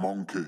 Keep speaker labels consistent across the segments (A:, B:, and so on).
A: funky.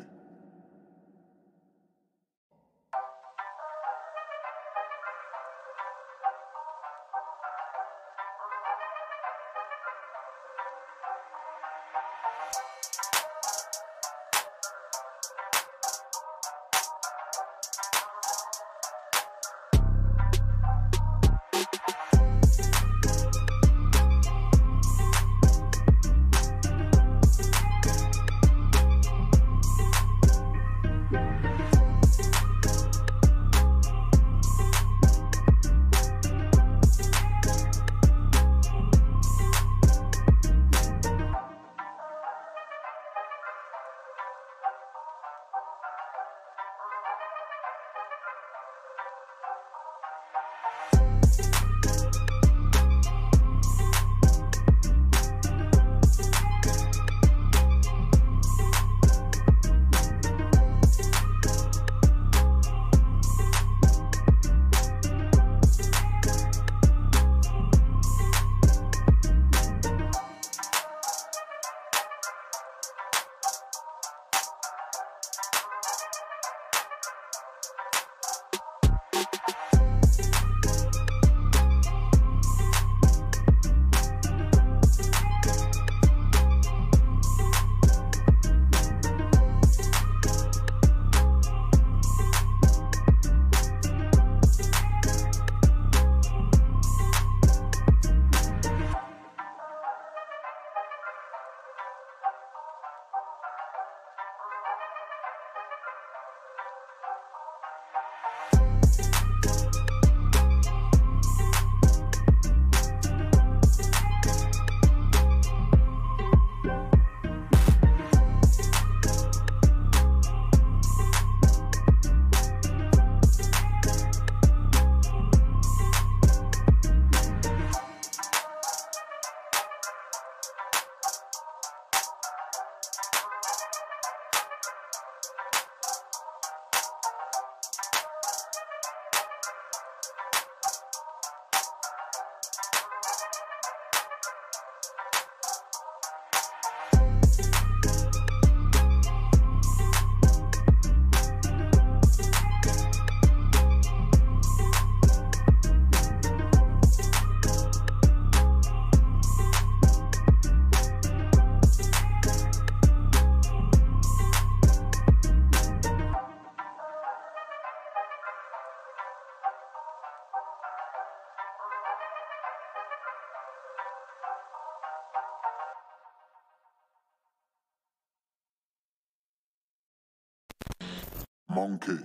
A: Monkey.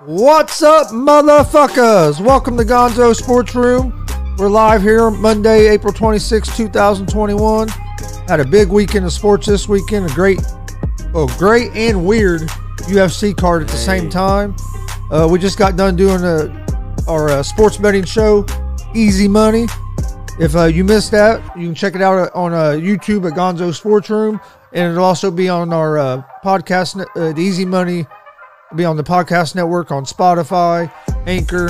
B: What's up, motherfuckers? Welcome to Gonzo Sports Room. We're live here Monday, April 26, 2021. Had a big weekend of sports this weekend. A great, well, great and weird UFC card at the same time. Uh, we just got done doing a, our uh, sports betting show, Easy Money. If uh, you missed that, you can check it out on uh, YouTube at Gonzo Sports Room, and it'll also be on our uh, podcast, uh, the Easy Money be on the podcast network on Spotify, Anchor,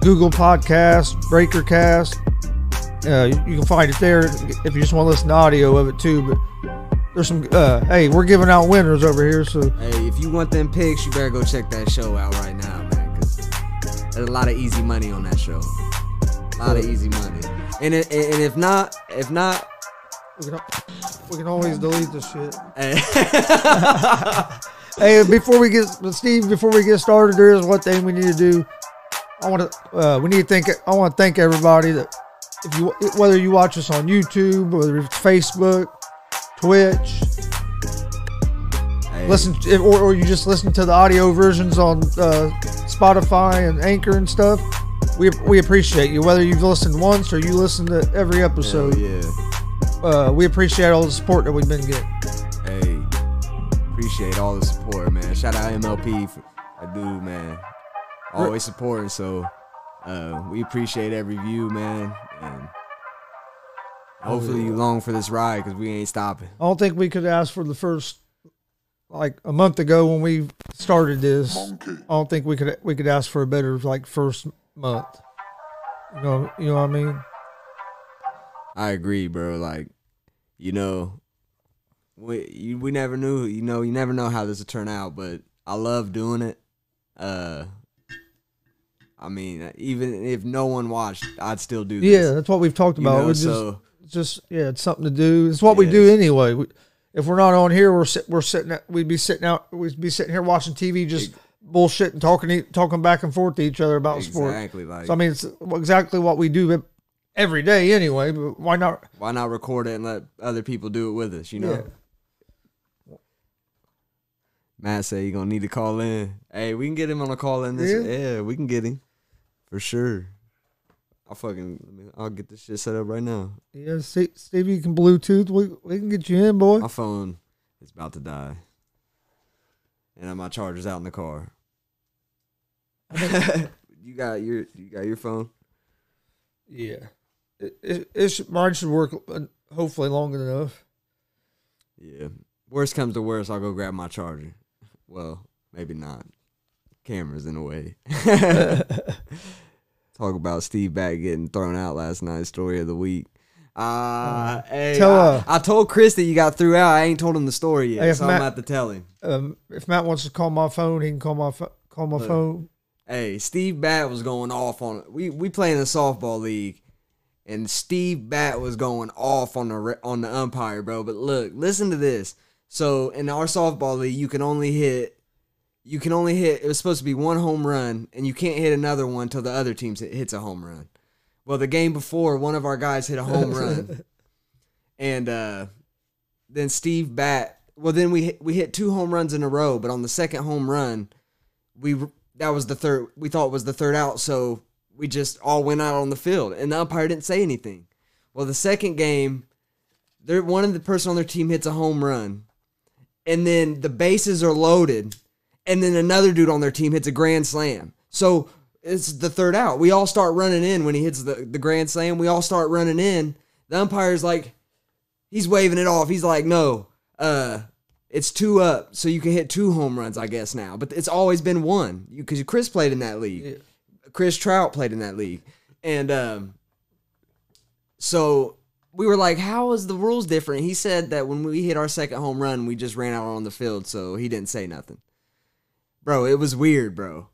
B: Google Podcast, Breakercast. Uh, you can find it there if you just want to listen to audio of it too. But There's some. Uh, hey, we're giving out winners over here. So
C: Hey, if you want them picks, you better go check that show out right now, man. Cause there's a lot of easy money on that show. A lot of easy money. And it, and and if not, if not,
B: we can, al- we can always delete this shit.
C: hey,
B: Hey, before we get Steve, before we get started, there is one thing we need to do. I want to. Uh, we need to thank. I want to thank everybody that if you whether you watch us on YouTube, whether it's Facebook, Twitch, listen to, or, or you just listen to the audio versions on uh, spotify and anchor and stuff we, we appreciate you whether you've listened once or you listen to every
C: so
B: episode
C: yeah,
B: uh, we appreciate all the support that we've been getting
C: hey, appreciate all the support, man. Shout out MLP, for, that dude, man. Always supporting, so uh, we appreciate every view, man. And
B: Oh,
C: hopefully you long for this ride, cause we ain't stopping.
B: i don't think we could ask for the first like a month ago when we started this i
A: monkey,
B: don't think we could we could ask for a better like first month you know you know what i mean
C: I agree, bro. Like, you know, we you, we never knew. You know, you never know how this would turn out. But I love doing it. Uh, I mean, even if no one watched, I'd still do this.
B: yeah that's what we've talked
C: you
B: about
C: know,
B: we just
C: so
B: It's just yeah, it's something to do. It's what we
C: It
B: do
C: is.
B: anyway. We, if we're not on here, we're sit, we're sitting at, we'd be sitting out we'd be sitting here watching TV, just bullshit and talking to- talking back and forth to each other about sport.
C: exactly, like,
B: So I mean, it's exactly what we do every day anyway. But why not?
C: why not record it and let other people do it with us? You know.
B: Yeah.
C: Matt said you gonna need to call in. Hey, we can get him on a call in. This, yeah. we can get him for sure. I'll fucking, let me- I'll get this shit set up right now.
B: Yeah, see, Steve, you can Bluetooth. We we can get you in, boy.
C: My phone is about to die. And my charger's out in the car. you got your you got your phone?
B: Yeah, it, it, it should, mine should work. uh, Hopefully, long enough.
C: Yeah. Worst comes to worst, I'll go grab my charger. Well, maybe not. Cameras in a way. Talk about Steve Batt getting thrown out last night. Story of the week. Uh, hey,
B: Oh. Tell
C: I,
B: her.
C: I told Chris that you got threw out. I ain't told him the story yet,
B: Hey, if
C: so I'm
B: Matt-
C: about to tell him.
B: Um, if Matt wants to call my phone, he can call my pho- call my phone.
C: Hey, Steve Batt was going off on we we play in a softball league, and Steve Batt was going off on the re- on the umpire, bro. But look, listen to this. So in our softball league, you can only hit you can only hit it was supposed to be one home run, and you can't hit another one till the other team hit- hits a home run. Well, the game before, one of our guys hit a home run, and uh, then Steve Batt. Well, then we hit, we hit two home runs in a row, but on the second home run we that was the third we thought was the third out so we just all went out on the field and the umpire didn't say anything well the second game there one of the person on their team hits a home run and then the bases are loaded and then another dude on their team hits a grand slam so it's the third out we all start running in when he hits the, the grand slam we all start running in the umpire's like he's waving it off. He's like, no, uh, it's two up, so you can hit two home runs, I guess now. But it's always been one because Chris played in that league. Chris Trout played in that league, and um, so we were like, how is the rules different? He said that when we hit our second home run, we just ran out on the field, so he didn't say nothing. Bro, it was weird, bro.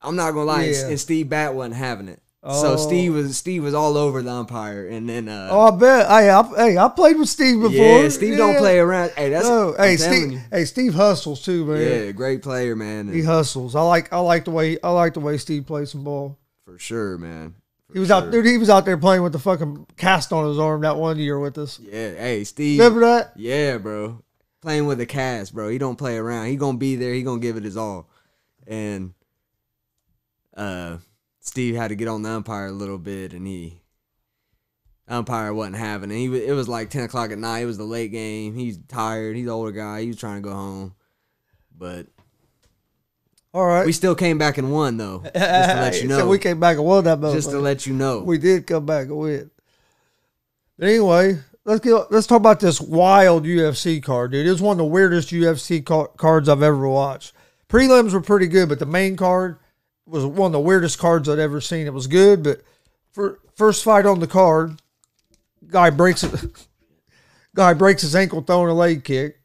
C: I'm not gonna lie, and-
B: Yeah.
C: and Steve Bat wasn't having it.
B: Oh.
C: So Steve was Steve was all over the umpire, and then uh,
B: Oh, I bet. Hey, I, hey, I played with Steve before.
C: yeah, Steve
B: Yeah.
C: don't play around. Hey, that's
B: No,
C: I'm
B: hey
C: telling
B: Steve, hey Steve hustles too,
C: you.
B: man.
C: Yeah, great player, man. and
B: He hustles. I like I like the way I like the way Steve plays some ball.
C: for sure, man. For
B: He was
C: sure.
B: out, dude. He was out there playing with the fucking cast on his arm that one year with us.
C: Yeah, hey, Steve.
B: Remember that?
C: Yeah, bro. Playing with a cast, bro. He don't play around. He gonna be there. He gonna give it his all. And uh, Steve had to get on the umpire a little bit, and he umpire wasn't having it. He wa- it was like ten o'clock at night. It was the late game. He's tired. He's an older guy. He was trying to go home, but
B: All right.
C: we still came back and won though. Just to let you know.
B: so we came back and won that
C: just to
B: motherfucker.
C: let you know.
B: we did come back and win. But anyway, let's get let's talk about this wild UFC card, dude. It was one of the weirdest UFC car- cards I've ever watched. Prelims were pretty good, but the main card was one of the weirdest cards I'd ever seen. It was good, but for first fight on the card, guy breaks it. Guy breaks his ankle throwing a leg kick.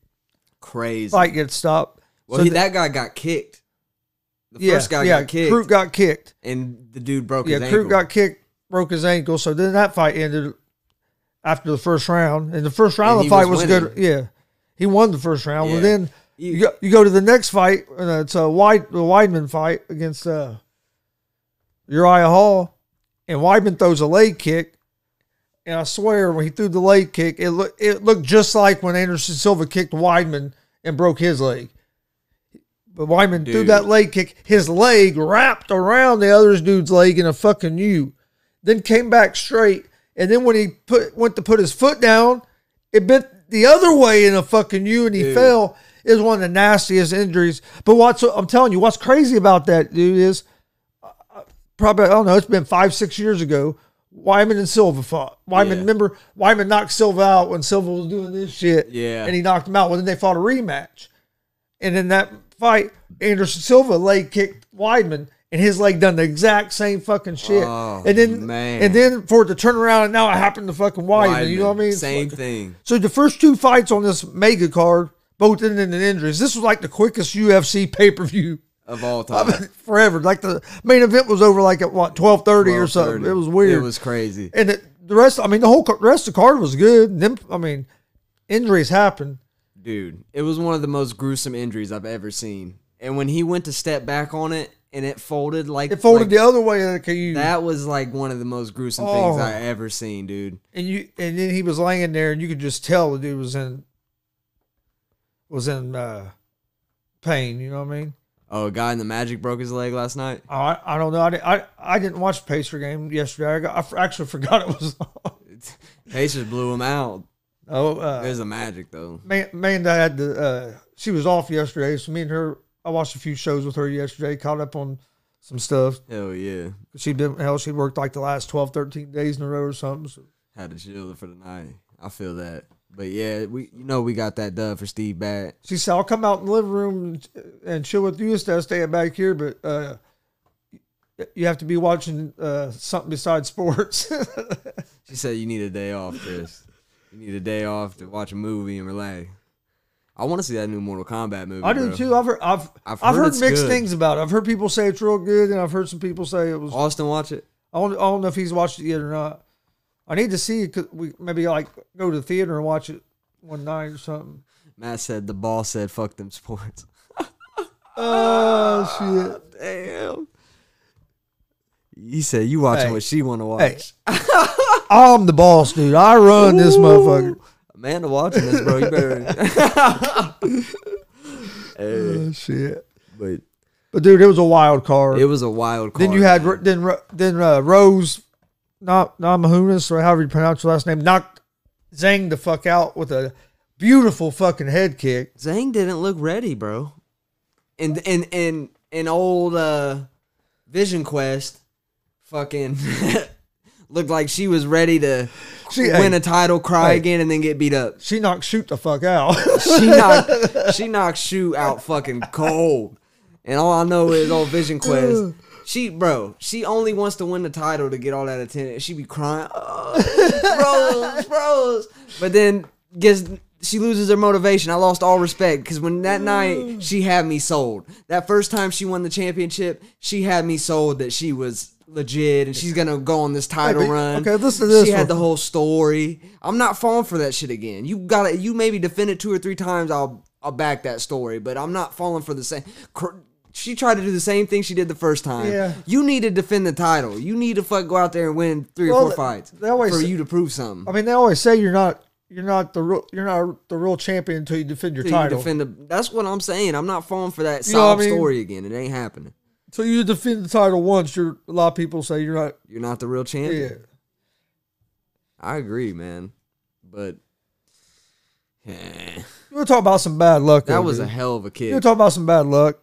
C: Crazy.
B: Fight gets stopped.
C: well,
B: so
C: he,
B: the-
C: that guy got kicked. The
B: yeah,
C: first guy
B: yeah,
C: got kicked,
B: Crute got kicked.
C: and the dude broke
B: Yeah,
C: his ankle.
B: Crute got kicked, broke his ankle. So then that fight ended after the first round. And the first round
C: And
B: of the
C: he
B: fight was,
C: was
B: good.
C: winning.
B: Yeah, he won the first round.
C: Yeah.
B: Well, then
C: You-
B: you go, you go to the next fight, and uh, it's a wide the Weidman fight against uh, Uriah Hall, and Weidman throws a leg kick. And I swear, when he threw the leg kick, it looked it looked just like when Anderson Silva kicked Weidman and broke his leg. But Weidman threw
C: Dude.
B: that leg kick. His leg wrapped around the other dude's leg in a fucking U, then came back straight. And then when he put went to put his foot down, it bent the other way in a fucking U, and he
C: Dude.
B: fell. Is one of the nastiest injuries. But what's I'm telling you, what's crazy about that dude is uh, probably I don't know. It's been five six years ago. Wyman and Silva fought. Wyman,
C: Yeah.
B: remember Wyman knocked Silva out when Silva was doing this shit.
C: Yeah.
B: and he knocked him out. Well, then they fought a rematch, and in that fight, Anderson Silva leg kicked Wyman, and his leg done the exact same fucking shit.
C: Oh,
B: and then
C: man.
B: and then for it to turn around and now it happened to fucking Wyman. You know what I mean? It's
C: Same
B: like-
C: thing.
B: so the first two fights on this mega card both ended in injuries. This was like the quickest UFC pay per view
C: of all time.
B: forever. Like the main event was over like at what twelve thirty or something.
C: 12:30.
B: It was weird.
C: It was crazy.
B: and it, the rest. I mean, the whole ca- rest of the card was good. And Them, I mean, injuries happen.
C: Dude, it was one of the most gruesome injuries I've ever seen. And when he went to step back on it and it folded like
B: It folded
C: like,
B: the other way. uh, Like you
C: That was like one of the most gruesome
B: Oh.
C: things I ever seen, dude.
B: and you and then he was laying there, and you could just tell the dude was in was in uh, pain. You know what I mean?
C: Oh, a guy in the Magic broke his leg last night.
B: I I don't know. I didn't, I, I didn't watch the Pacer game yesterday. I, got, I f- actually forgot it was. on.
C: Pacers blew him out.
B: oh, uh,
C: There's a Magic though.
B: Man, Amanda had the uh, she was off yesterday, so me and her I watched a few shows with her yesterday, caught up on some stuff.
C: Hell yeah,
B: She'd been hell, she'd worked like the last 12, 13 days in a row or something. So
C: had to chill for the night. I feel that. But yeah, we you know we got that dub for Steve Bat.
B: she said, I'll come out in the living room and, and chill with you instead of staying back here, but uh you have to be watching uh, something besides sports.
C: She said you need a day off, Chris. you need a day off to watch a movie and relax. I want to see that new Mortal Kombat movie.
B: I do
C: bro.
B: too. I've heard I've I've
C: I've
B: heard,
C: heard it's
B: mixed
C: good.
B: things about it. I've heard people say it's real good, and I've heard some people say it was
C: Austin, watch it.
B: I don't, I don't know if he's watched it yet or not. I need to see it. 'cause we maybe like go to the theater and watch it one night or something.
C: Matt said the ball said fuck them sports.
B: Oh shit!
C: Damn. He said you watching
B: Hey.
C: what she want to watch.
B: Hey, I'm the boss, dude. I run this motherfucker.
C: Amanda watching this, bro. You better. Hey,
B: Oh, shit!
C: but
B: But dude, it was a wild card.
C: it was a wild card.
B: then you had
C: man.
B: Ro- then Ro- then uh, Rose, not Namahunas or however you pronounce your last name, knocked Zhang the fuck out with a beautiful fucking head kick.
C: Zhang didn't look ready, bro. And and and and old uh, Vision Quest, fucking looked like she was ready to
B: She-
C: win
B: hey,
C: a title, cry
B: hey.
C: again, and then get beat up.
B: She knocked shoot the fuck out.
C: She knocked she knocked shoe out fucking cold. And all I know is old Vision Quest. She bro, she only wants to win the title to get all that attention. She be crying, oh, bros, bros. But then gets she loses her motivation. I lost all respect because when that night she had me sold. That first time she won the championship, she had me sold that she was legit and she's gonna go on this title
B: but-
C: run.
B: okay, listen to this
C: She had
B: one.
C: the whole story. I'm not falling for that shit again. You got to You maybe defend it two or three times. I'll I'll back that story, but I'm not falling for the same. Cr- She tried to do the same thing she did the first time.
B: Yeah.
C: You need to defend the title. You need to fuck go out there and win three
B: Well,
C: or four
B: th-
C: fights
B: they always
C: for
B: say-
C: you to prove something.
B: I mean, they always say you're not you're not the real, you're not the real champion until you defend your
C: Till you
B: title.
C: defend the- that's what I'm saying. I'm not falling for that
B: You know what I
C: sob
B: mean?
C: story again. It ain't happening.
B: Until you defend the title once, you're a lot of people say you're not.
C: You're not the real champion.
B: Yeah,
C: I agree, man. But eh,
B: you want to talk about some bad luck?
C: that
B: though,
C: was
B: dude.
C: a hell of
B: You
C: a
B: want
C: kick.
B: to talk about some bad luck?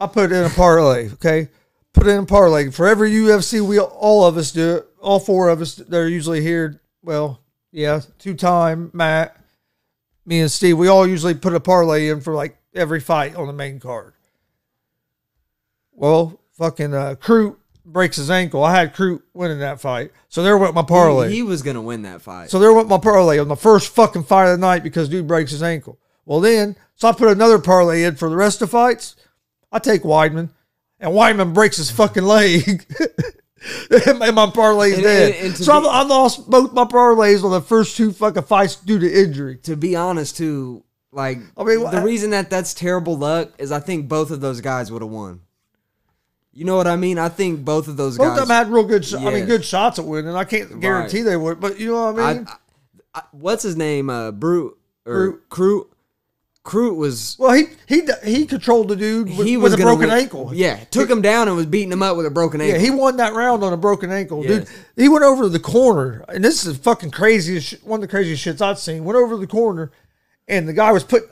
B: I put it in a parlay. Okay, put it in a parlay for every UFC. We all of us do it. All four of us that are usually here. Well, yeah, two time Matt, me and Steve. We all usually put a parlay in for like every fight on the main card. Well, fucking uh, Crew breaks his ankle. I had Crute winning that fight. So there went my parlay.
C: He, he was gonna win that fight.
B: So there went my parlay on the first fucking fight of the night because dude breaks his ankle. Well, then, so I put another parlay in for the rest of the fights. I take Weidman, and Weidman breaks his fucking leg. and my- my parlay is
C: And-
B: dead.
C: and- and to
B: so I-
C: be-
B: I lost both my parlays on the first two fucking fights due to injury.
C: to be honest, too, like
B: I mean,
C: the
B: I-
C: reason that that's terrible luck is I think both of those guys would have won. You know what I mean? I think both of those
B: Both
C: guys.
B: of them had real good, sh- I
C: Yeah.
B: mean, good shots at winning. I can't guarantee they would, but you know what I
C: I,
B: mean.
C: I- I- what's his name? Uh, Brute or Crute? Crute was
B: well, he he he controlled the dude with,
C: he
B: with
C: was
B: a
C: gonna
B: broken
C: win-
B: ankle.
C: Yeah, took him down and was beating him up with a broken ankle.
B: Yeah, he won that round on a broken ankle, dude.
C: Yes.
B: He went over to the corner, and this is fucking craziest, sh- one of the craziest shits I've seen. Went over to the corner, and the guy was put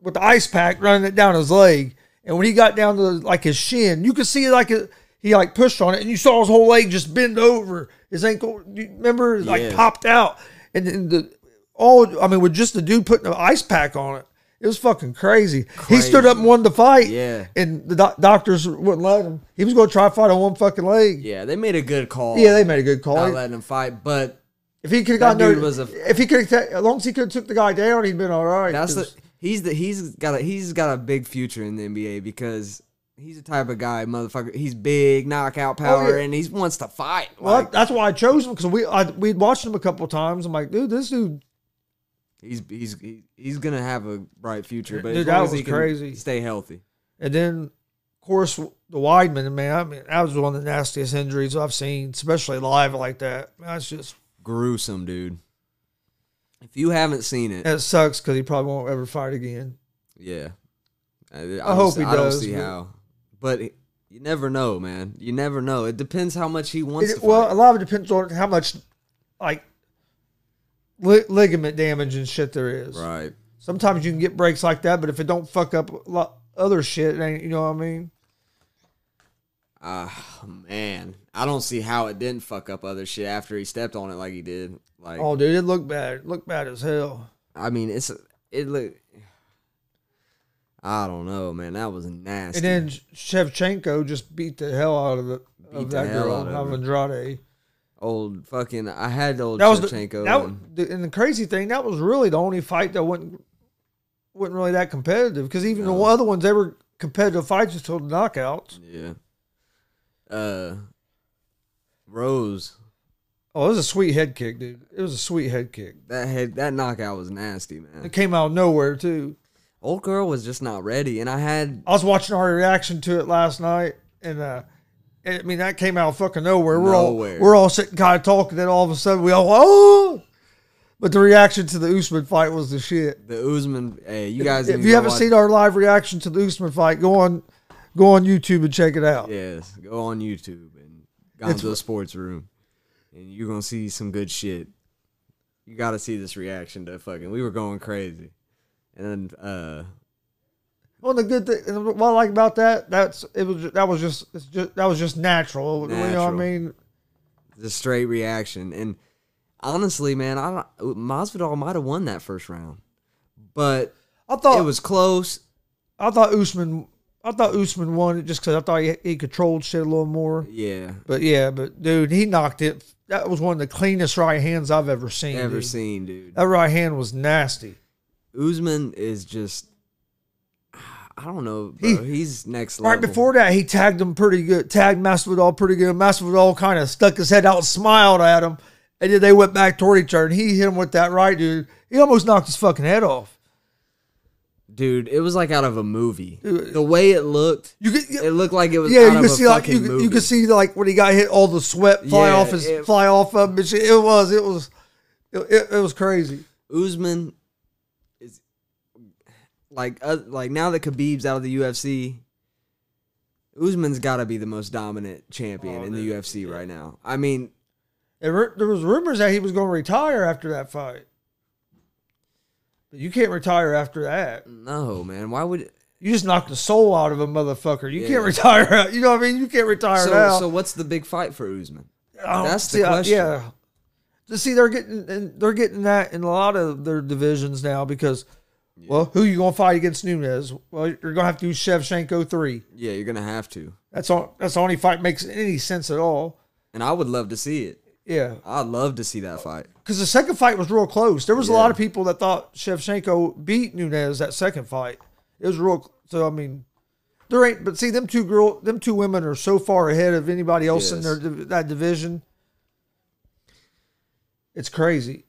B: with the ice pack running it down his leg. And when he got down to like his shin, you could see like it, he like pushed on it, and you saw his whole leg just bend over. His ankle, you remember, it, like
C: Yes.
B: popped out, and then the all I mean with just the dude putting an ice pack on it. It was fucking crazy. He stood up and won the fight.
C: Yeah.
B: And the doc- doctors wouldn't let him. He was going to try to fight on one fucking leg.
C: yeah, they made a good call.
B: Yeah, they made a good call.
C: not letting him fight, but
B: if he could have gotten
C: That
B: there,
C: dude was a-
B: if he could have, as long as he could have took the guy down, he'd been all right.
C: That's the
B: 'cause-
C: he's the he's got a he's got a big future in the NBA because he's the type of guy, motherfucker. He's big, knockout power,
B: Oh, yeah.
C: and he wants to fight.
B: well,
C: Like,
B: that- that's why I chose him because we I, we'd watched him a couple of times. I'm like, dude, this dude.
C: he's he's he- he's gonna have a bright future, but
B: Dude,
C: as
B: that
C: long as
B: was
C: he can
B: crazy.
C: Stay healthy.
B: And then, of course, the Weidman man. I mean, that was one of the nastiest injuries I've seen, especially live like that. That's just
C: Gruesome, dude. If you haven't seen it,
B: that sucks because he probably won't ever fight again.
C: yeah, I, I
B: I hope
C: don't-
B: he
C: I don't
B: does,
C: see
B: but-
C: how, but it- you never know, man. You never know. It depends how much he wants.
B: It-
C: to
B: well,
C: fight.
B: a lot of it depends on how much like li- ligament damage and shit there is.
C: right.
B: Sometimes you can get breaks like that, but if it don't fuck up a lot other shit, it ain't you know what I mean?
C: Ah man, I don't see how it didn't fuck up other shit after he stepped on it like he did. Like,
B: Oh, dude, it looked bad. It looked bad as hell.
C: I mean, it's it look. I don't know, man. That was nasty.
B: And then Shevchenko just beat the hell out of the
C: Beat
B: of
C: the
B: that
C: hell
B: girl,
C: out of
B: of
C: her.
B: Andrade.
C: old fucking, I had old
B: That was the,
C: Shevchenko.
B: that was,
C: and-
B: the- and the crazy thing that was really the only fight that wasn't wasn't really that competitive because even the other ones they were competitive fights until the knockouts.
C: yeah. Uh, Rose,
B: Oh, it was a sweet head kick, dude. It was a sweet head kick.
C: that head, that knockout was nasty,
B: It
C: man.
B: came out of nowhere too.
C: Old girl was just not ready, and I had
B: I was watching our reaction to it last night, and uh, I mean that came out of fucking nowhere. We're
C: Nowhere.
B: all we're all sitting kind of talking, then all of a sudden we all oh. But the reaction to the Usman fight was the shit.
C: the Usman. Hey, you guys, need
B: If
C: to
B: you
C: go
B: haven't
C: watch-
B: seen our live reaction to the Usman fight, go on, go on YouTube and check it out.
C: Yes, go on YouTube and Gonzo Sports Room, and you're gonna see some good shit. You got to see this reaction to fucking. We were going crazy, and then uh,
B: Well, the good thing, and what I like about that, that's it was that was just, it's just that was just natural. You know what I
C: Natural.
B: mean?
C: the straight reaction. And honestly, man, I don't, uh, Masvidal might have won that first round, but
B: I thought
C: it was close.
B: I thought Usman, I thought Usman won it just because I thought he, he controlled shit a little more.
C: Yeah,
B: But yeah, but dude, he knocked it. That was one of the cleanest right hands I've ever seen.
C: ever
B: dude.
C: seen, dude.
B: That right hand was nasty.
C: Usman is just. I don't know, bro. he's next level.
B: Right before that, he tagged him pretty good. Tagged Masvidal pretty good. Masvidal kind of stuck his head out and smiled at him, and then they went back toward each other. And he hit him with that right, dude. He almost knocked his fucking head off.
C: dude, it was like out of a movie. The way it looked,
B: You could,
C: It looked like it was
B: yeah,
C: out
B: you
C: of
B: could
C: a
B: see like you
C: fucking
B: could,
C: movie.
B: you could see like when he got hit, all the sweat fly
C: Yeah,
B: off his
C: it-
B: fly off of him. and shit. It was it was it, it, it was crazy.
C: Usman is like uh, like now that Khabib's out of the UFC, Usman's got to be the most dominant champion in the UFC right now. I mean,
B: And ru- there was rumors that he was going to retire after that fight. But you can't retire after that.
C: no man, why would
B: You just knocked the soul out of a motherfucker. You
C: Yeah.
B: can't retire. out- You know what I mean? You can't retire
C: so
B: now.
C: so what's the big fight for Usman?
B: I don't-
C: that's the
B: see, I-
C: question.
B: yeah. To see, they're getting and they're getting that in a lot of their divisions now because Well, who you gonna fight against Nunez? Well, you're gonna have to use Shevchenko three.
C: Yeah, you're gonna have to.
B: That's all. That's the only fight makes any sense at all.
C: And I would love to see it.
B: Yeah,
C: I'd love to see that fight.
B: because the second fight was real close. There was a
C: Yeah.
B: lot of people that thought Shevchenko beat Nunez that second fight. It was real. cl- So I mean, there ain't. But see, them two girl, them two women are so far ahead of anybody else in
C: Yes.
B: their div- that division. It's crazy.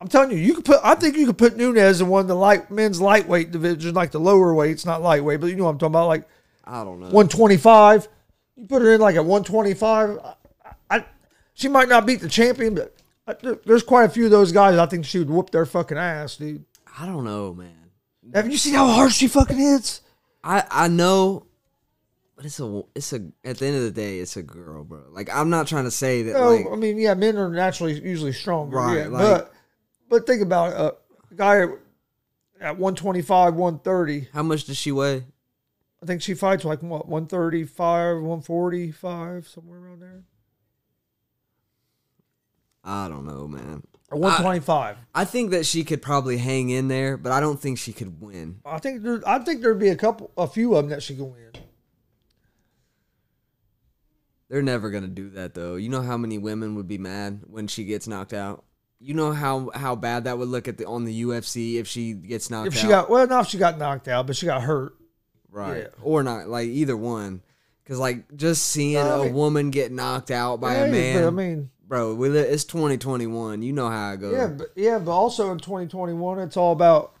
B: I'm telling you, you could put. I think you could put Nunez in one of the light men's lightweight division, like the lower weights, not lightweight, but you know what I'm talking about, like
C: I don't know.
B: 125. You put her in like at 125. I, I, she might not beat the champion, but I, there- there's quite a few of those guys. I think she would whoop their fucking ass, dude.
C: I don't know, man.
B: Have you seen how hard she fucking hits?
C: I I know, but it's a it's a at the end of the day, it's a girl, bro. Like I'm not trying to say that.
B: Oh,
C: like,
B: I mean, yeah, men are naturally usually stronger,
C: Right,
B: yeah,
C: like-
B: but but think about it, uh, a guy at, at 125, 130.
C: how much does she weigh?
B: I think she fights like what 135, 145, somewhere around there.
C: I don't know, man.
B: Or 125.
C: I think that she could probably hang in there, but I don't think she could win.
B: I think there, I think there'd be a couple, a few of them that she could win.
C: They're never gonna do that though. You know how many women would be mad when she gets knocked out. You know how how bad that would look at the on the UFC if she gets knocked
B: If
C: out.
B: she got well, not if she got knocked out, but she got hurt.
C: right
B: yeah.
C: or not, like either one. Because like just seeing
B: No, I
C: a
B: mean-
C: woman get knocked out by a
B: Yeah,
C: man,
B: but I mean,
C: bro, we li- it's 2021. You know how it goes.
B: yeah, but yeah, but also in 2021, it's all about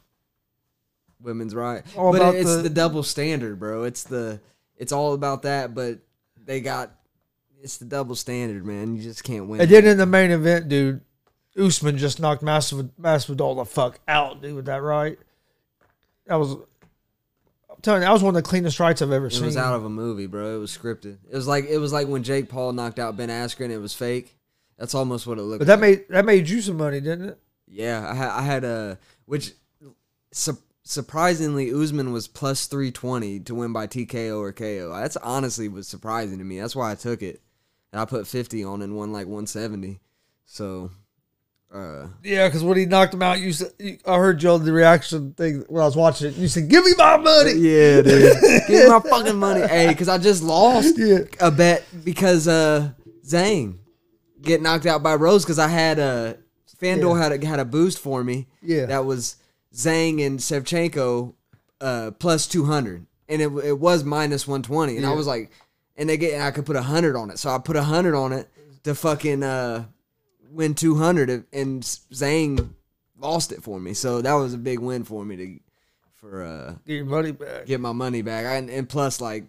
C: women's right.
B: All
C: but
B: about
C: it's
B: the-
C: the, double standard, bro. It's the it's all about that, but they got it's the double standard, man. You just can't win.
B: and then in the main event, dude. Usman just knocked Masvidal, Masvidal the fuck out, dude. Was that right? That was, I'm telling you, that was one of the cleanest fights I've ever
C: It
B: seen.
C: was out of a movie, bro. It was scripted. It was like it was like when Jake Paul knocked out Ben Askren. It was fake. That's almost what it looked.
B: but that
C: like.
B: made that made you some money, didn't it?
C: yeah, I had I had a which su- surprisingly Usman was plus three twenty to win by TKO or KO. That's honestly was surprising to me. That's why I took it. And I put fifty on and won like one seventy. So, uh,
B: Yeah, because when he knocked him out, you said you, I heard y'all the reaction thing when I was watching it. You said, "Give me my money."
C: Yeah, dude. Give me my fucking money. Hey, because I just lost
B: Yeah.
C: a bet because uh Zane get knocked out by Rose because I had a FanDuel had a, had a boost for me.
B: Yeah.
C: That was Zang and Sevchenko uh plus 200 and it, w- it was minus 120 and I
B: Yeah.
C: was like and they get and I could put 100 on it. So I put 100 on it to fucking uh win 200 and Zang lost it for me. So that was a big win for me to for uh
B: Get your money back.
C: get my money back I, and plus like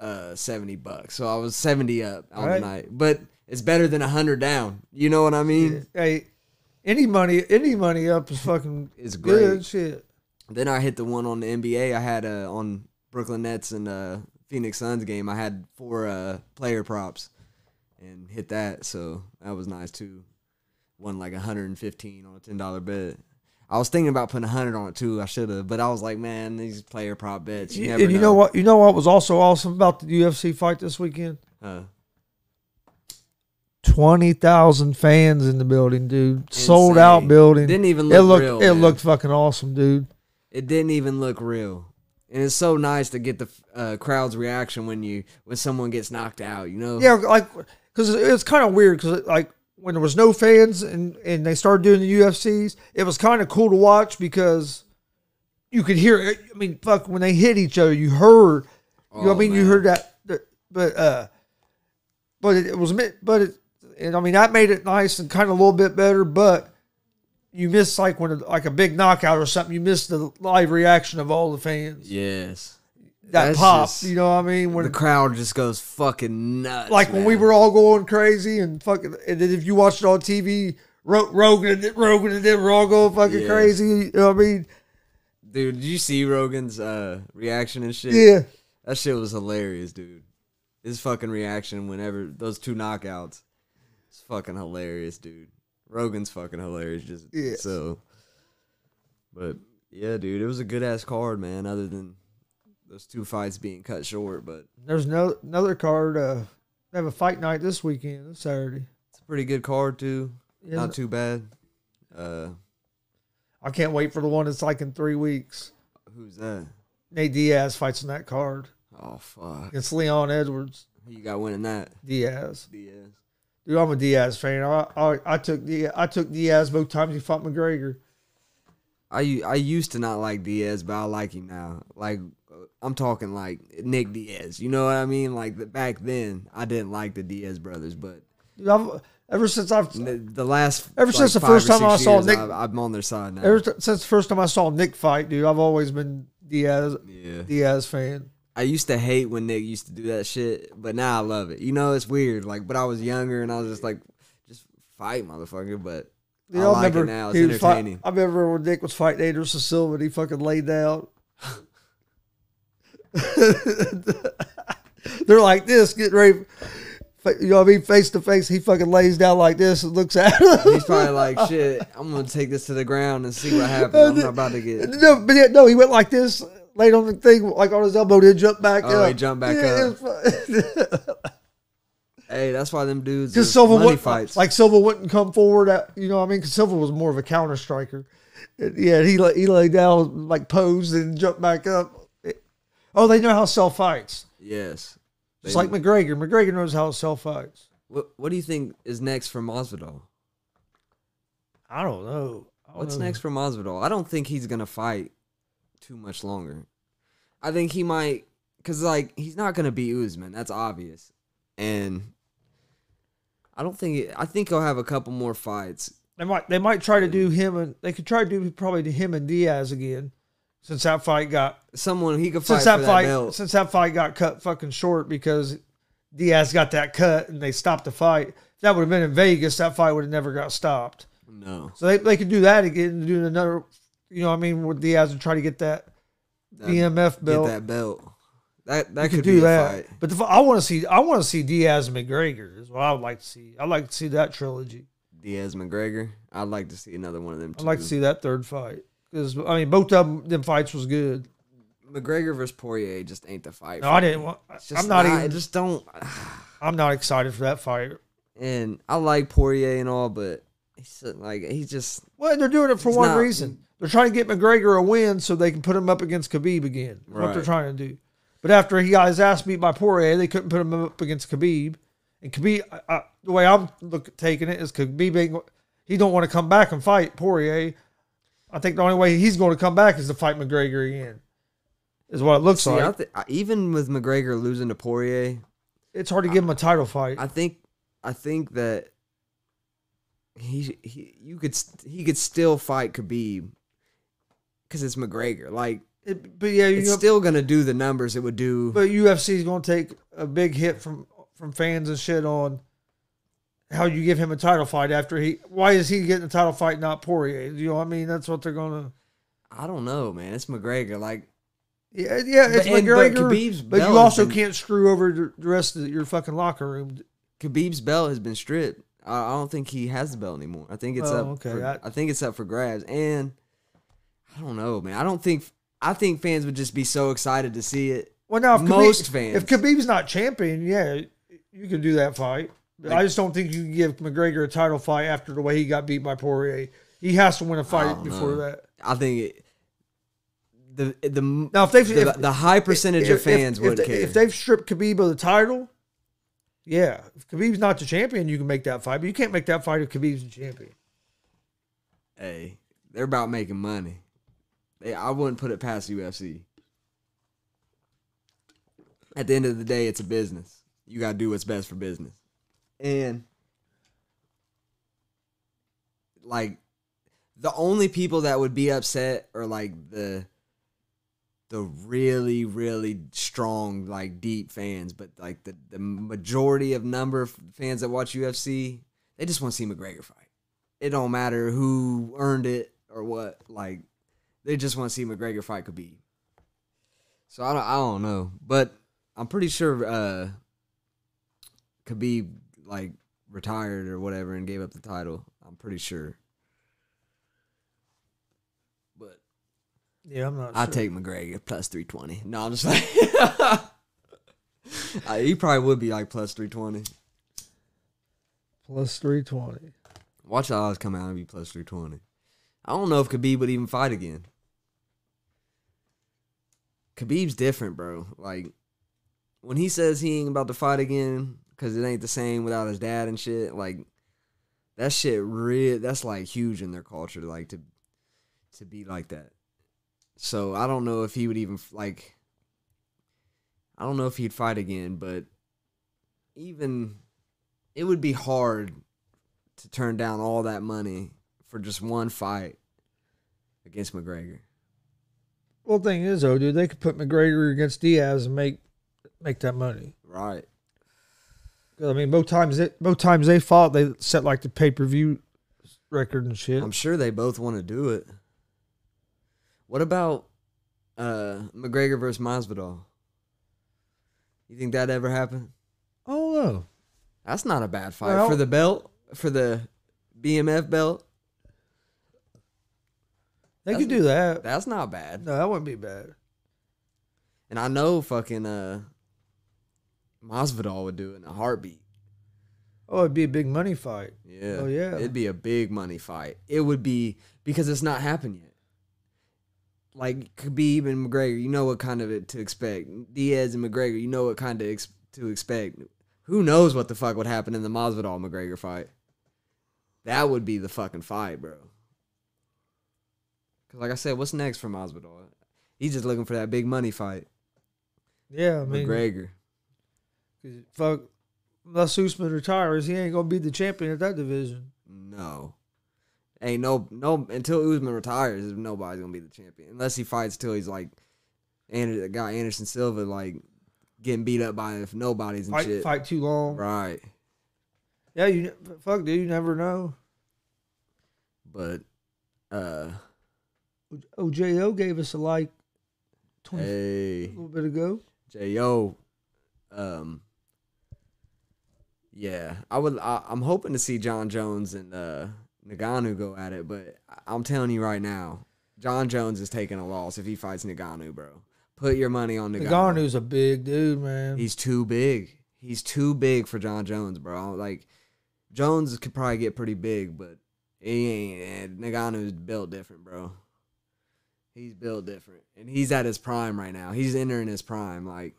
C: uh 70 bucks so i was 70 up on
B: Alright.
C: the night but it's better than 100 down you know what i mean
B: Hey, any money, any money up is fucking
C: It's
B: good
C: great.
B: shit.
C: then i hit the one on the nba i had uh on brooklyn nets and uh phoenix suns game i had four uh player props and hit that so that was nice too won like 115 on a $10 bet I was thinking about putting 100 on it too. I should have, but I was like, man, these player prop bets. You never
B: and you know. what? You know what was also awesome about the UFC fight this weekend?
C: Uh,
B: Twenty thousand fans in the building, dude. Sold out
C: Insane.
B: building.
C: Didn't even
B: it
C: look
B: looked.
C: real,
B: it
C: man.
B: looked fucking awesome, dude.
C: it didn't even look real and it's so nice to get the uh, crowd's reaction when you when someone gets knocked out you know
B: Yeah, like because it's kind of weird because like when there was no fans and and they started doing the UFCs, it was kind of cool to watch because you could hear. it. I mean, fuck, when they hit each other, you heard. you know what I
C: Oh,
B: mean? You
C: man.
B: heard that, that- but uh, but it, it was mi- but it and I mean that made it nice and kind of a little bit better, but. You miss like when like a big knockout or something. You miss the live reaction of all the fans.
C: yes
B: that
C: that's
B: pop,
C: just-
B: you know what I mean? When
C: the crowd just goes fucking nuts
B: like when we
C: man.
B: were all going crazy and fucking. And then if you watched it on TV, Ro- Rogan and Rogan and then we're all going fucking
C: Yeah.
B: crazy. You know what I mean?
C: dude did you see rogan's uh reaction and shit
B: Yeah,
C: that shit was hilarious dude his fucking reaction whenever those two knockouts it's fucking hilarious dude rogan's fucking hilarious just
B: Yeah.
C: so but yeah dude it was a good ass card man other than those two fights being cut short but
B: there's no another card. Uh, they have a fight night this weekend, this Saturday.
C: It's a pretty good card too.
B: Yeah.
C: Not too bad. Uh,
B: I can't wait for the one that's like in three weeks.
C: Who's that?
B: Nate Diaz fights on that card
C: Oh fuck!
B: against Leon Edwards.
C: Who you got winning that?
B: Diaz,
C: Diaz.
B: dude, I'm a Diaz fan. I I, I took Diaz, I took Diaz both times he fought McGregor.
C: I u- I used to not like Diaz, but I like him now. Like uh, I'm talking like Nick Diaz. You know what I mean? Like the, back then, I didn't like the Diaz brothers, but
B: Dude, I've, ever since I've
C: the, the last
B: Ever
C: like,
B: since the
C: five
B: first
C: or
B: time I
C: six
B: saw
C: years,
B: Nick-
C: I, I'm on their side now.
B: ever t- since the first time I saw Nick fight, dude, I've always been Diaz
C: yeah,
B: Diaz fan.
C: I used to hate when Nick used to do that shit, but now I love it. You know, it's weird. Like, but I was younger and I was just like, just fight, motherfucker. But
B: Dude,
C: I
B: I'll
C: like it
B: never-
C: now. It's
B: he was fight-
C: entertaining.
B: I remember when Nick was fighting Anderson Silva, and he fucking laid down. They're like this, getting ready. fa- You know what I mean? Face to face, he fucking lays down like this and looks at him.
C: He's probably like, shit. I'm gonna take this to the ground and see what happens. I'm not about to get.
B: No, but yeah, no, he went like this, laid on the thing, like on his elbow, then jumped back
C: Oh,
B: up.
C: he jumped back
B: Yeah, it was fu-
C: Hey, that's why them dudes
B: Because
C: is
B: Silva
C: money
B: wouldn't, uh,
C: fights.
B: like Silva wouldn't come forward. At, you know, what I mean, because Silva was more of a counter striker. And, Yeah, he lay- he lay down like posed and jumped back up. It- oh, they know how Cell fights,
C: yes.
B: just
C: They-
B: like McGregor. McGregor knows how Cell fights.
C: what, what do you think is next for Masvidal?
B: I don't know. I don't
C: What's
B: know.
C: next for Masvidal? I don't think he's gonna fight too much longer. I think he might, cause like he's not gonna beat Usman. That's obvious, and I don't think. I think he'll have a couple more fights.
B: They might they might try to do him and they could try to do probably to him and Diaz again, since that fight got
C: Someone he could fight
B: since
C: for
B: that
C: that
B: fight
C: belt.
B: since that fight got cut fucking short because Diaz got that cut and they stopped the fight. If that would have been in Vegas. That fight would have never got stopped.
C: no,
B: So they, they could do that again and do another. You know, what I mean, with Diaz and try to get that
C: that,
B: DMF
C: get
B: belt.
C: that belt. That that
B: You
C: could,
B: could
C: be
B: do
C: a
B: that.
C: fight.
B: But the, fi- I want to see. I want to see Diaz and McGregor. Is what I would like to see. I would like to see that trilogy.
C: Diaz McGregor. I'd like to see another one of them.
B: I'd like
C: too.
B: to see that third fight because I mean both of them, them fights was good.
C: McGregor versus Poirier just ain't the fight.
B: No,
C: for
B: I
C: me.
B: didn't want.
C: It's
B: I'm not,
C: I
B: even.
C: just don't.
B: I'm not excited for that fight.
C: And I like Poirier and all, but he's uh, like he's just
B: Well, they're doing it for
C: He's
B: one
C: not-
B: reason. They're trying to get McGregor a win so they can put him up against Khabib again. That's What they're
C: Right.
B: trying to do. But after he got his ass beat by Poirier, they couldn't put him up against Khabib. And Khabib, I, I, the way I'm look, taking it is Khabib ain't, go- he don't want to come back and fight Poirier. I think the only way he's going to come back is to fight McGregor again. Is what it looks
C: see, I
B: like.
C: th- I- even with McGregor losing to Poirier,
B: it's hard to give him a title fight.
C: I think I think that he he you could st- he could still fight Khabib because it's McGregor. Like
B: It- but yeah, you
C: it's
B: know,
C: still gonna do the numbers it would do.
B: But UFC is going to take a big hit from from fans and shit on how you give him a title fight after he. Why is he getting a title fight, not Poirier? You know what I mean? That's what they're going to.
C: I don't know, man. It's McGregor. Like
B: Yeah, yeah, it's
C: But- and- but
B: McGregor.
C: Khabib's
B: but
C: belt
B: you
C: has
B: also
C: been-
B: can't screw over the- the rest of your fucking locker room.
C: Khabib's belt has been stripped. I, I don't think he has the belt anymore. I think it's
B: Oh,
C: up.
B: okay.
C: For,
B: I-
C: I, think it's up for grabs. And I don't know, man. I don't think. I think fans would just be so excited to see it.
B: Well, now if Khabib,
C: Most fans.
B: if Khabib's not champion, yeah, you can do that fight. But I just don't think you can give McGregor a title fight after the way he got beat by Poirier. He has to win a fight
C: don't
B: before
C: know.
B: that.
C: I think it, the the
B: Now, if they've
C: the,
B: if,
C: the high percentage of
B: If-
C: fans
B: if,
C: would
B: if,
C: care.
B: If they've stripped Khabib of the title, yeah, if Khabib's not the champion, you can make that fight, but you can't make that fight if Khabib's the champion.
C: hey, they're about making money. They, I wouldn't put it past UFC. At the end of the day, it's a business. You gotta do what's best for business. And like the only people that would be upset are like the the really really strong like deep fans but like the, the majority of number of fans that watch ufc they just want to see mcgregor fight it don't matter who earned it or what like they just want to see mcgregor fight could be so i don't, I don't know but i'm pretty sure uh khabib like retired or whatever and gave up the title i'm pretty sure but
B: Yeah, I'm not.
C: I
B: sure.
C: take McGregor plus three twenty. No, I'm just like Uh, he probably would be like plus three twenty.
B: plus three twenty.
C: Watch the odds come out and be plus three twenty. I don't know if Khabib would even fight again. Khabib's different, bro. Like when he says he ain't about to fight again because it ain't the same without his dad and shit. Like that shit, real. That's like huge in their culture. Like to to be like that. So I don't know if he would even like. I don't know if he'd fight again, but even it would be hard to turn down all that money for just one fight against McGregor.
B: Well, thing is though, dude, they could put McGregor against Diaz and make make that money.
C: Right.
B: 'Cause, I mean, both times it, both times they fought, they set like the pay per view record and shit.
C: I'm sure they both want to do it. What about uh McGregor versus Masvidal? You think that ever happened?
B: I don't know.
C: That's not a bad fight
B: Well-
C: for the belt, for the BMF belt.
B: They
C: That's-
B: could do that.
C: That's not bad.
B: No, that wouldn't be bad.
C: And I know fucking uh Masvidal would do it in a heartbeat.
B: Oh, it'd be a big money fight.
C: Yeah.
B: Oh, yeah.
C: It'd be a big money fight. It would be because it's not happened yet. Like Khabib and McGregor, you know what kind of it to expect. Diaz and McGregor, you know what kind of ex- to expect. Who knows what the fuck would happen in the Masvidal McGregor fight? That would be the fucking fight, bro. Cause like I said, what's next for Masvidal? He's just looking for that big money fight.
B: Yeah, I mean,
C: McGregor.
B: 'cause fuck, unless Usman retires, he ain't gonna be the champion at that division.
C: No. Ain't no no until Usman retires, nobody's gonna be the champion. Unless he fights till he's like and the guy Anderson Silva like getting beat up by if nobody's and
B: Fight,
C: shit.
B: fight too long.
C: Right.
B: Yeah, you fuck, dude. You never know.
C: But uh
B: OJO Oh, gave us a like twenty a
C: hey
B: little bit ago.
C: J.O. Um Yeah. I would I, I'm hoping to see John Jones and uh Naganu go at it, but I- I'm telling you right now, John Jones is taking a loss if he fights Naganu, bro. Put your money on Naganu.
B: Nagano's a big dude, man.
C: He's too big. He's too big for John Jones, bro. Like Jones could probably get pretty big, but he ain't. eh, Nagano's built different, bro. He's built different, and he's at his prime right now. He's entering his prime. Like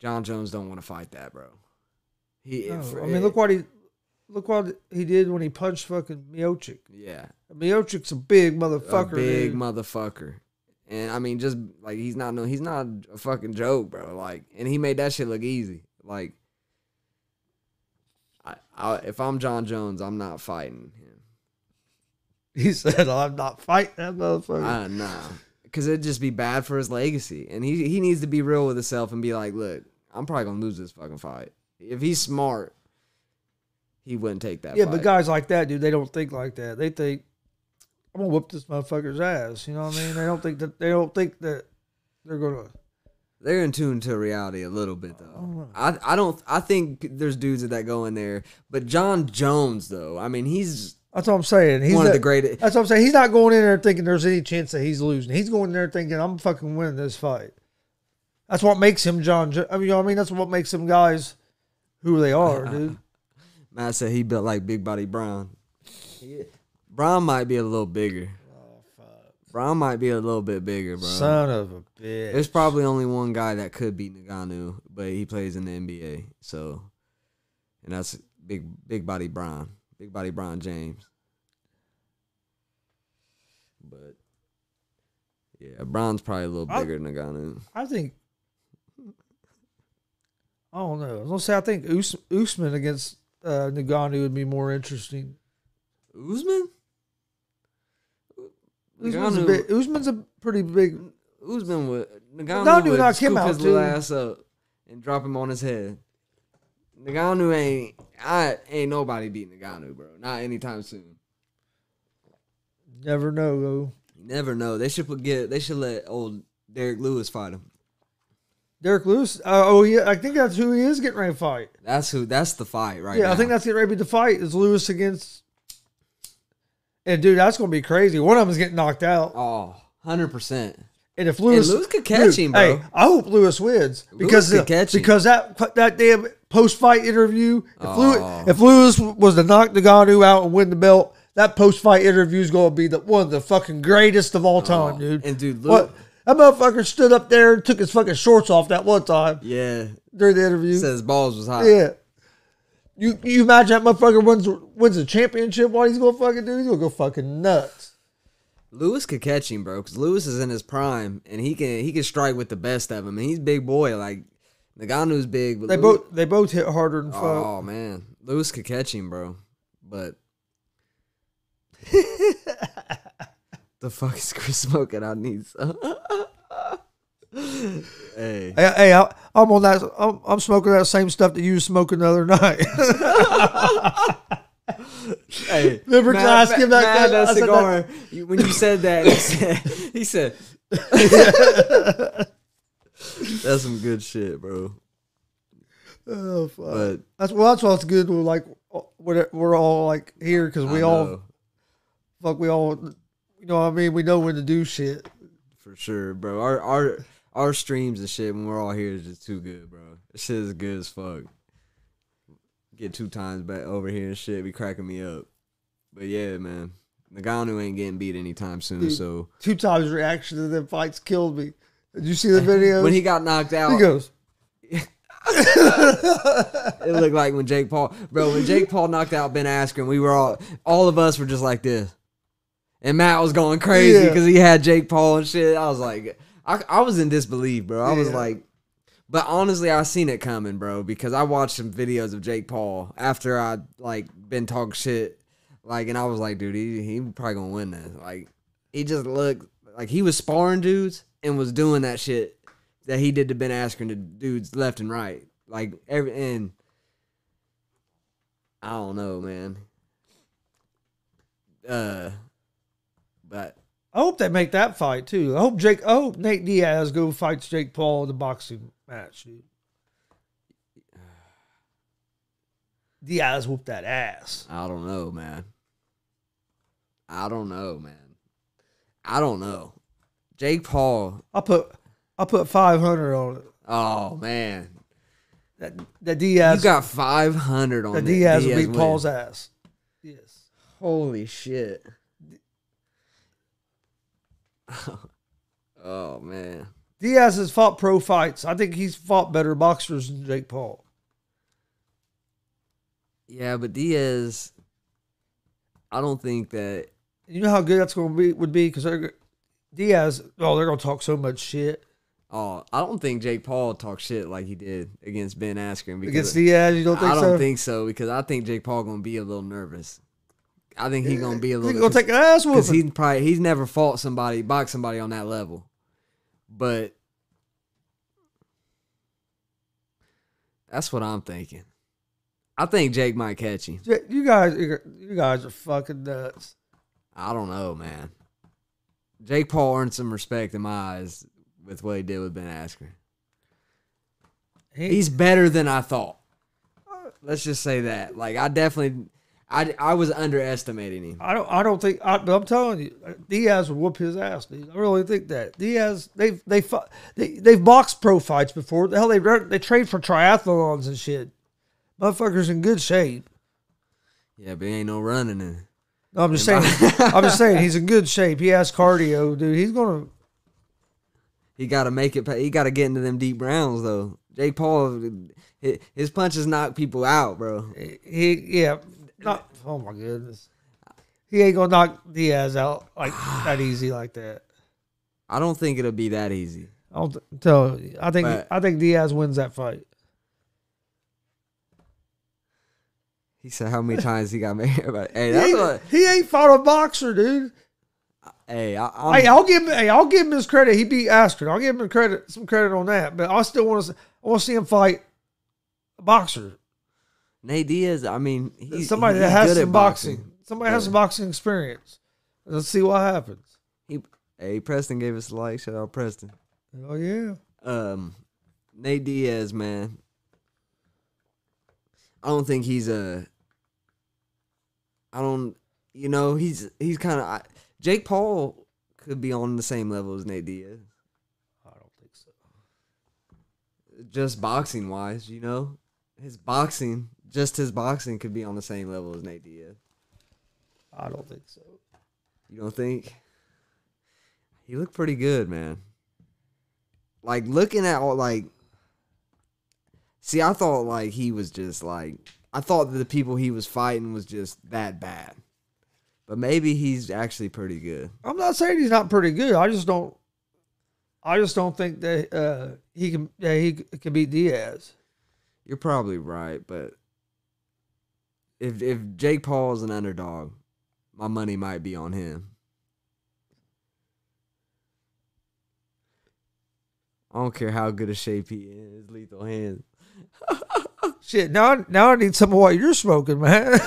C: John Jones don't want to fight that, bro. He.
B: No,
C: for-
B: Oh, I mean, look what he look what he did when he punched fucking Miocic.
C: Yeah,
B: Miocic's a big
C: a
B: motherfucker.
C: big
B: dude.
C: motherfucker. And I mean, just like he's not no, he's not a fucking joke, bro. Like, and he made that shit look easy. Like, I, I if I'm John Jones, I'm not fighting him.
B: he said, "I'm not fighting that motherfucker."
C: Uh, no, because it'd just be bad for his legacy. And he he needs to be real with himself and be like, look, I'm probably gonna lose this fucking fight. If he's smart, he wouldn't take that.
B: yeah,
C: fight.
B: but guys like that, dude, they don't think like that. They think I'm gonna whoop this motherfucker's ass. You know what I mean? They don't think that they don't think that they're gonna.
C: They're in tune to reality a little bit
B: Oh,
C: though. I I don't I think there's dudes that go in there, but John Jones though. I mean, he's
B: That's what I'm saying. He's
C: one of
B: not-
C: the greatest.
B: That's what I'm saying. He's not going in there thinking there's any chance that he's losing. He's going in there thinking I'm fucking winning this fight. That's what makes him John. Jo- I mean, you know what I mean? That's what makes them guys who they are,
C: Uh-uh,
B: dude.
C: Matt said he built like Big Body Brown. Brown might be a little bigger. Brown might be a little bit bigger, bro.
B: Oh, Son of a bitch.
C: There's probably only one guy that could beat Naganu, but he plays in the NBA, so and that's big big body Brian. Big body Brian James. But yeah, Brian's probably a little
B: I-
C: bigger than Naganu.
B: I think. I don't know. I was gonna say I think Us- Usman against uh, Nagano would be more interesting.
C: Usman?
B: Usman's a,
C: Ngannou-
B: big, Usman's a pretty big.
C: Usman would Nagano
B: Ngannou
C: would
B: knock him
C: scoop
B: out,
C: his
B: too.
C: little ass up and drop him on his head. Nagano ain't I ain't nobody beating Nagano, bro. Not anytime soon.
B: Never know though.
C: You never know. They should put- get. They should let old Derek Lewis fight him.
B: Derek Lewis. Uh, oh yeah, I think that's who he is getting ready to fight.
C: That's who. That's the fight right
B: yeah,
C: now.
B: I think that's getting ready to be the fight. Is Lewis against? And dude, that's gonna be crazy. One of them is getting knocked out.
C: Oh, 100 percent.
B: And if Lewis,
C: Lewis could catch him, bro.
B: Hey, I hope Lewis wins because
C: could
B: uh,
C: catch him.
B: because that that damn post fight interview. If,
C: Oh.
B: Lewis, if Lewis was to knock Ngannou out and win the belt, That post fight interview is going to be the one of the fucking greatest of all time, dude.
C: And dude,
B: what?
C: look,
B: That motherfucker stood up there and took his fucking shorts off that one time
C: yeah,
B: during the interview.
C: says balls was hot.
B: Yeah. You you imagine that motherfucker wins wins a championship? What he's gonna fucking do? He's gonna go fucking nuts.
C: Lewis could catch him, bro, because Lewis is in his prime and he can he can strike with the best of them. And he's big boy, like Nagano's big. But
B: They
C: Lewis-
B: both they both hit harder than fuck.
C: Oh man, Lewis could catch him, bro. But the fuck is Chris smoking? I need some. hey,
B: Hey, hey I, I'm on that. I'm, I'm smoking that same stuff that you was smoking the other night.
C: hey.
B: Remember
C: Matt-
B: to ask him that
C: Matt,
B: question? I
C: that
B: said
C: cigar. you- when you said that, he said, he said that's some good shit, bro.
B: oh fuck.
C: But
B: That's well. That's why it's good. We're like we're, we're all like here because we
C: I
B: all
C: know,
B: fuck. We all you know. what I mean, we know when to do shit.
C: for sure, bro. Our our our streams and shit when we're all here is just too good, bro. This shit is good as fuck. Get two times back over here and shit be cracking me up. But yeah, man, Nagano ain't getting beat anytime soon.
B: Dude.
C: So
B: Two times reaction to them fights killed me. Did you see the video?
C: when he got knocked out,
B: he goes,
C: It looked like when Jake Paul, bro, when Jake Paul knocked out Ben Askren, we were all, all of us were just like this, and Matt was going crazy
B: Yeah.
C: because he had Jake Paul and shit. I was like, I, I was in disbelief, bro. I was
B: Yeah.
C: like, but honestly, I seen it coming, bro, because I watched some videos of Jake Paul after I like been talking shit, like, and I was like, dude, he he probably gonna win that. Like, he just looked like he was sparring dudes and was doing that shit that he did to Ben Askren to dudes left and right. Like every and I don't know, man. Uh, but
B: I hope they make that fight too. I hope Jake. I hope Nate Diaz go fights Jake Paul in the boxing match. Dude. Diaz whooped that ass.
C: I don't know, man. I don't know, man. I don't know. Jake Paul.
B: I put I put five hundred on it.
C: Oh man,
B: That that
C: you
B: Diaz
C: got five hundred on
B: that
C: that.
B: Diaz, will beat
C: win.
B: Paul's ass. Yes.
C: Holy shit. oh man.
B: Diaz has fought pro fights. I think he's fought better boxers than Jake Paul.
C: Yeah, but Diaz. I don't think that
B: You know how good that's going to be would be because Diaz. Oh, they're going to talk so much shit
C: Oh, I don't think Jake Paul talked shit like he did against Ben Askren. Because
B: against Diaz. You don't think
C: I don't
B: so?
C: think so because I think Jake Paul gonna be a little nervous. I think he's gonna be a
B: He's
C: little
B: going to take an ass
C: because
B: whooping.
C: he's probably he's never fought somebody, boxed somebody on that level. But that's what I'm thinking. I think Jake might catch him.
B: Yeah, You guys, you guys are fucking nuts.
C: I don't know, man. Jake Paul earned some respect in my eyes with what he did with Ben Askren.
B: He-
C: He's better than I thought. Let's just say that. Like I definitely, I I was underestimating him.
B: I don't, I don't think. I, but I'm telling you, uh, Diaz would whoop his ass. Dude. I really think that Diaz. They've they fought, they they've boxed pro fights before. The hell, they run- they train for triathlons and shit. Motherfuckers in good shape.
C: Yeah, but he ain't no running in.
B: No, I'm just saying. I'm just saying he's in good shape. He has cardio, dude. He's gonna.
C: He got to make it. pa- He got to get into them deep rounds though. Jake Paul, hi- his punches knock people out, bro.
B: He yeah. Not, oh my goodness. He ain't gonna knock Diaz out like that easy like that.
C: I don't think it'll be that easy.
B: I don't th- tell. you. I think
C: But-
B: I think Diaz wins that fight.
C: He said how many times he got made. hey, that's
B: he,
C: what.
B: he ain't fought a boxer, dude.
C: Hey, I, I'm,
B: Hey, I'll give him. Hey, I'll give him his credit. He beat Askren. I'll give him credit, some credit on that. But I still want to. I want to see him fight a boxer,
C: Nate Diaz. I mean, he,
B: somebody
C: he-
B: that
C: he's
B: has
C: good at
B: some boxing. Somebody has some boxing experience. Let's see what happens.
C: He, hey, Preston gave us a like. Shout out Preston.
B: Oh yeah,
C: um Nate Diaz, man. I don't think he's a. I don't, you know, he's he's kind of Jake Paul could be on the same level as Nate Diaz,
B: I don't think so.
C: just boxing wise, you know, his boxing, just his boxing could be on the same level as Nate Diaz.
B: I don't think so.
C: You don't think? He looked pretty good, man. Like looking at all like See, I thought like he was just like I thought that the people he was fighting was just that bad. But maybe he's actually pretty good.
B: I'm not saying he's not pretty good. I just don't. I just don't think that uh, he can. That he can beat Diaz.
C: You're probably right, but if if Jake Paul is an underdog, my money might be on him. I don't care how good a shape he is, his lethal hands.
B: Shit. Now, I- now I need some of what you're smoking, man.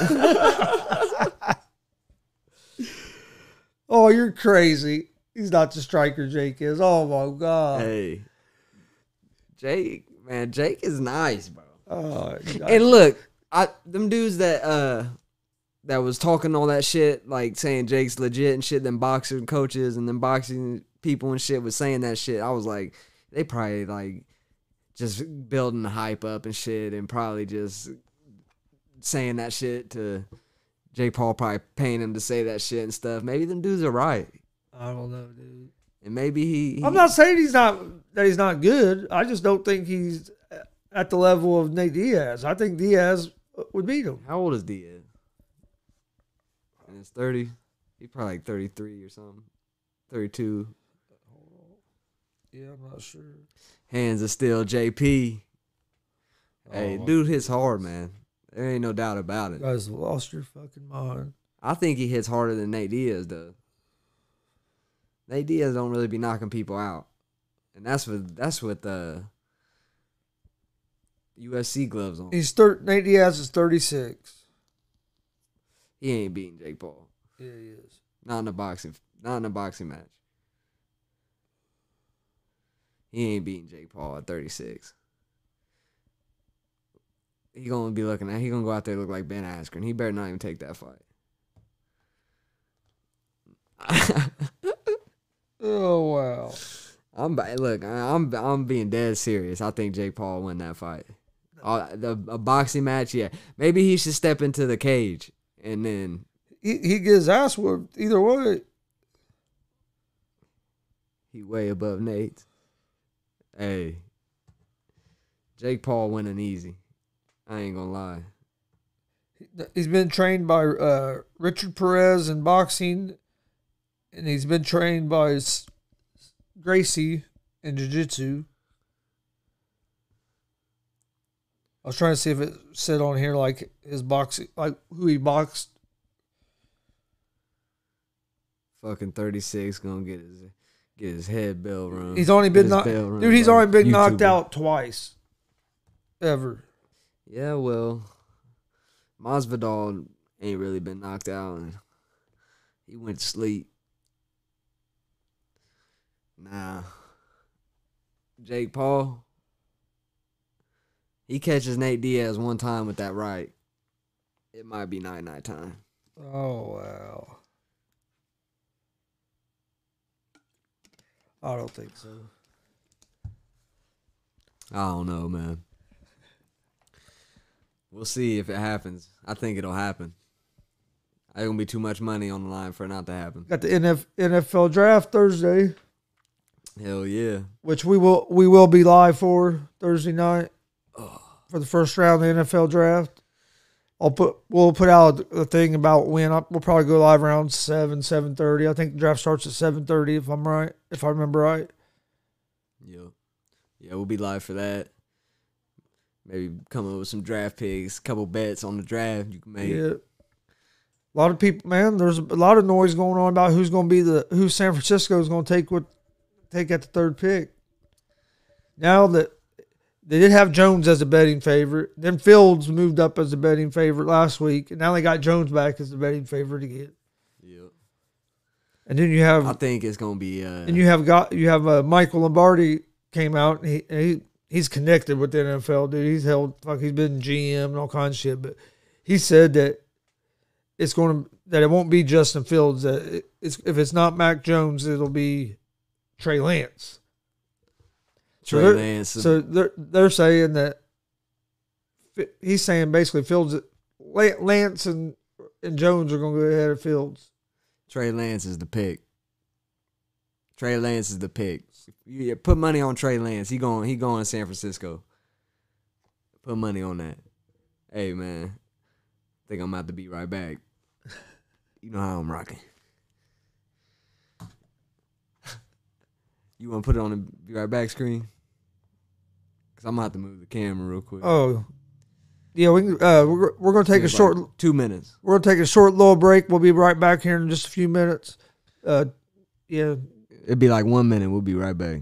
B: oh, you're crazy. He's not the striker Jake is. Oh my god.
C: Hey, Jake, man, Jake is nice, bro.
B: Oh,
C: And look, I them dudes that uh that was talking all that shit, like saying Jake's legit and shit, them boxing coaches and them boxing people and shit was saying that shit. I was like, they probably like just building the hype up and shit and probably just saying that shit to Jake Paul probably paying him to say that shit and stuff. Maybe them dudes are right.
B: I don't know, dude.
C: And maybe he, he
B: I'm not saying he's not that he's not good. I just don't think he's at the level of Nate Diaz. I think Diaz would beat him.
C: How old is Diaz? And it's 30. He's probably like 33 or something. 32.
B: Yeah, I'm not sure.
C: Hands are still JP. Hey,
B: Oh, Uh,
C: dude hits hard, man. There ain't no doubt about it.
B: You guys lost your fucking mind.
C: I think he hits harder than Nate Diaz does. Nate Diaz don't really be knocking people out. And that's with that's with uh UFC gloves on.
B: He's thir- Nate Diaz is 36.
C: He ain't beating Jake Paul.
B: Yeah, he is.
C: Not in a boxing. Not in a boxing match. He ain't beating Jake Paul at 36. He gonna be looking at. He gonna go out there look like Ben Askren. He better not even take that fight.
B: Oh wow.
C: I'm ba- look. I- I'm I'm being dead serious. I think Jake Paul win that fight. Uh, the, a boxing match, yeah. Maybe he should step into the cage and then
B: He he gets ass whooped either way.
C: He way above Nate. Hey. Jake Paul winning easy. I ain't gonna lie.
B: He's been trained by uh, Richard Perez in boxing, and he's been trained by S- Gracie in jiu-jitsu. I was trying to see if it said on here like his boxing, like who he boxed.
C: Fucking 36 gonna get his get his head bell rung.
B: He's only been
C: Uh,
B: knocked,
C: His bell rung
B: dude. He's
C: by
B: only been knocked
C: YouTuber.
B: out twice, ever.
C: Yeah, well, Masvidal ain't really been knocked out. And he went to sleep. Nah. Jake Paul, he catches Nate Diaz one time with that right. It might be night night time.
B: Oh wow. I don't think so.
C: I don't know, man. We'll see if it happens. I think it'll happen. I gonna be too much money on the line for it not to happen.
B: Got the NF, NFL draft Thursday,
C: Hell yeah.
B: which we will we will be live for Thursday night uh, for the first round of the NFL draft. I'll put we'll put out a thing about when I, we'll probably go live around seven seven thirty. I think the draft starts at seven thirty if I'm right if I remember right.
C: Yep. Yeah, we'll be live for that. Maybe come up with some draft picks, couple bets on the draft you can make.
B: Yeah. A lot of people, man. There's a lot of noise going on about who's going to be the who San Francisco is going to take with take at the third pick. Now that they did have Jones as a betting favorite, then Fields moved up as a betting favorite last week, and now they got Jones back as the betting favorite again.
C: Yep.
B: And then you have
C: I think it's gonna be uh
B: and you have got you have uh, Michael Lombardi came out. And he and he he's connected with the NFL, dude. He's held fuck. He's been GM and all kinds of shit. But he said that it's going to that it won't be Justin Fields. That it- it's if it's not Mac Jones, it'll be Trey Lance.
C: Trey
B: they're-
C: Lance.
B: So they're they're saying that Fi- he's saying basically Fields, La- Lance and and Jones are going to go ahead of Fields.
C: Trey Lance is the pick. Trey Lance is the pick. Yeah, put money on Trey Lance. He going. He going to San Francisco. Put money on that. Hey man, think I'm about to be right back. You know how I'm rocking. You want to put it on the be right back screen? Cause I'm gonna have to move the camera real quick.
B: Oh, yeah. We can, uh, we're we're going to take a
C: It's like
B: short.
C: two minutes.
B: We're going to take a short little break. We'll be right back here in just a few minutes. Uh, yeah.
C: It'd be like one minute. We'll be right back.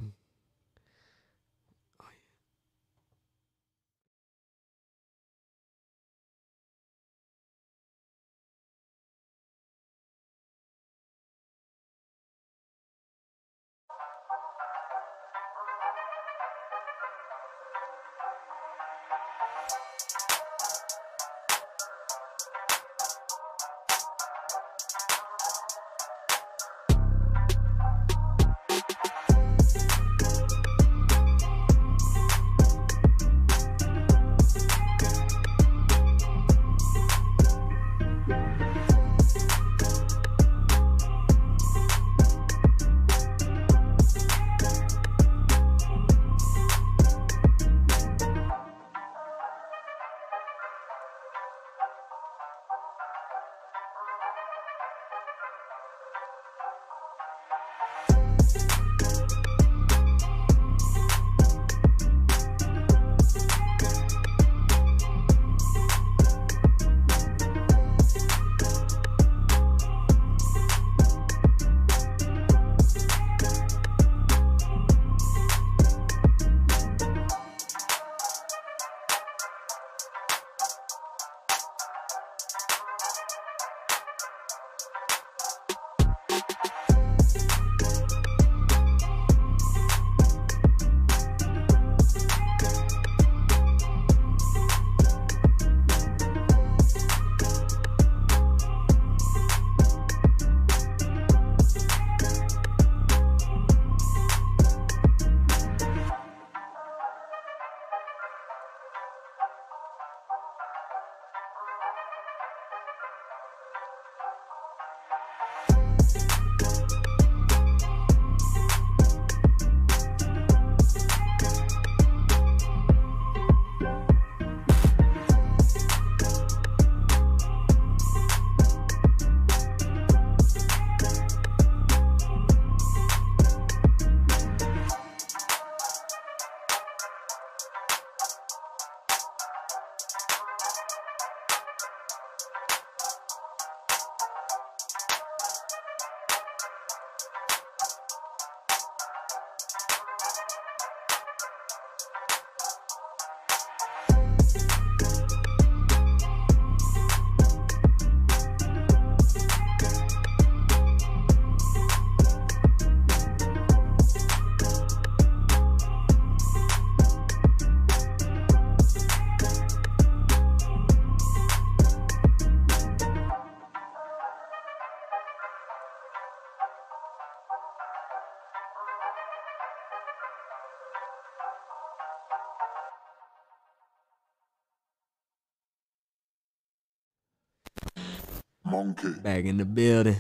A: monkey,
C: Back in the building.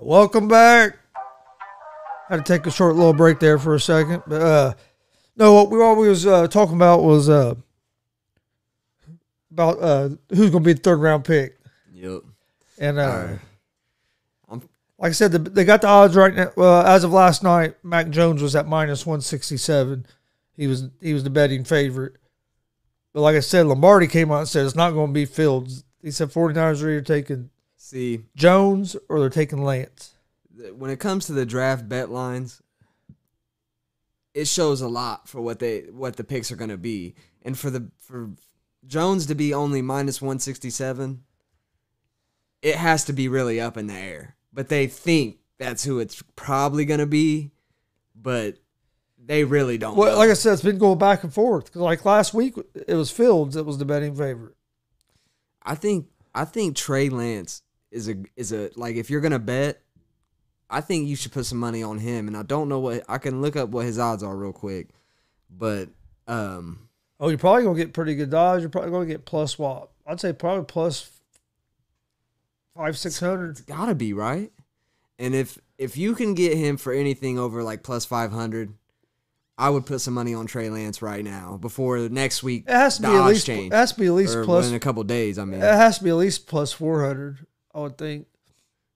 B: Welcome back. Had to take a short little break there for a second, but uh, no, what we all we was uh, talking about was uh, about uh, who's going to be the third round pick,
C: Yep.
B: and uh,
C: All right. I'm-
B: like I said, the, they got the odds right now. Well, as of last night, Mac Jones was at minus one sixty seven. He was he was the betting favorite, but like I said, Lombardi came out and said it's not going to be Fields. He said 49ers are either taking
C: See,
B: Jones or they're taking Lance.
C: th- when it comes to the draft bet lines, it shows a lot for what they what the picks are going to be, and for the for Jones to be only minus one sixty seven, it has to be really up in the air. But they think that's who it's probably going to be, but they really don't.
B: Well,
C: know.
B: like I said, it's been going back and forth. 'Cause, like last week, it was Fields that was the betting favorite.
C: I think I think Trey Lance is a is a like if you're gonna bet, I think you should put some money on him. And I don't know what I can look up what his odds are real quick, but um,
B: Oh, you're probably gonna get pretty good odds. You're probably gonna get plus what? I'd say probably plus Five, six hundred.
C: It's gotta be right. And if if you can get him for anything over like plus five hundred, I would put some money on Trey Lance right now before next week.
B: It has to
C: the
B: be at
C: odds
B: least.
C: change.
B: It has to be at least
C: or
B: plus.
C: in a couple days. I mean,
B: It has to be at least plus four hundred. I would think.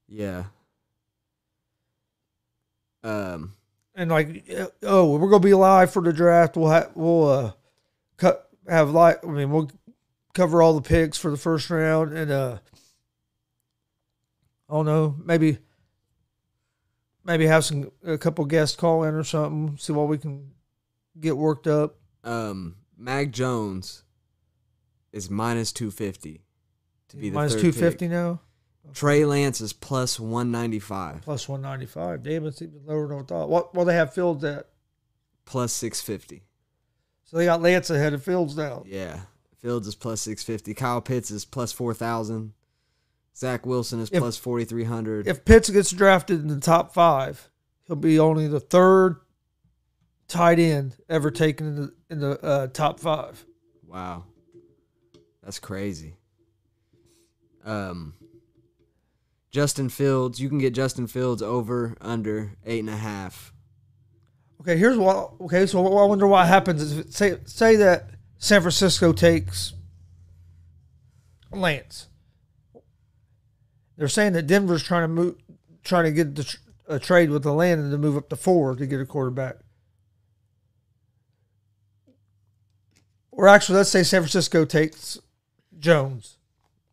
C: yeah. Um,
B: and like uh, oh we're gonna be live for the draft we'll have we'll uh cut have like i mean we'll cover all the picks for the first round and uh i don't know maybe maybe have some a couple guests call in or something see what we can get worked up
C: um, Mag Jones is minus two fifty to be the
B: minus
C: third
B: 250
C: pick.
B: now
C: Trey Lance is plus one ninety five,
B: plus 195 damn it's even lower than i thought what well they have fields at
C: plus six fifty.
B: so they got lance ahead of fields now
C: Yeah, Fields is plus six fifty. Kyle Pitts is plus four thousand. Zach Wilson is
B: If-
C: plus forty three hundred.
B: if Pitts gets drafted in the top five, he'll be only the third tight end ever taken in the in the uh, top five.
C: Wow. That's crazy. Um Justin Fields, you can get Justin Fields over under eight and a half.
B: Okay, here's what. Okay, so I wonder what happens. Is if- say say that San Francisco takes Lance. They're saying that Denver's trying to move, trying to get the, tr- a trade with the land to move up to four to get a quarterback. Or actually, let's say San Francisco takes Jones.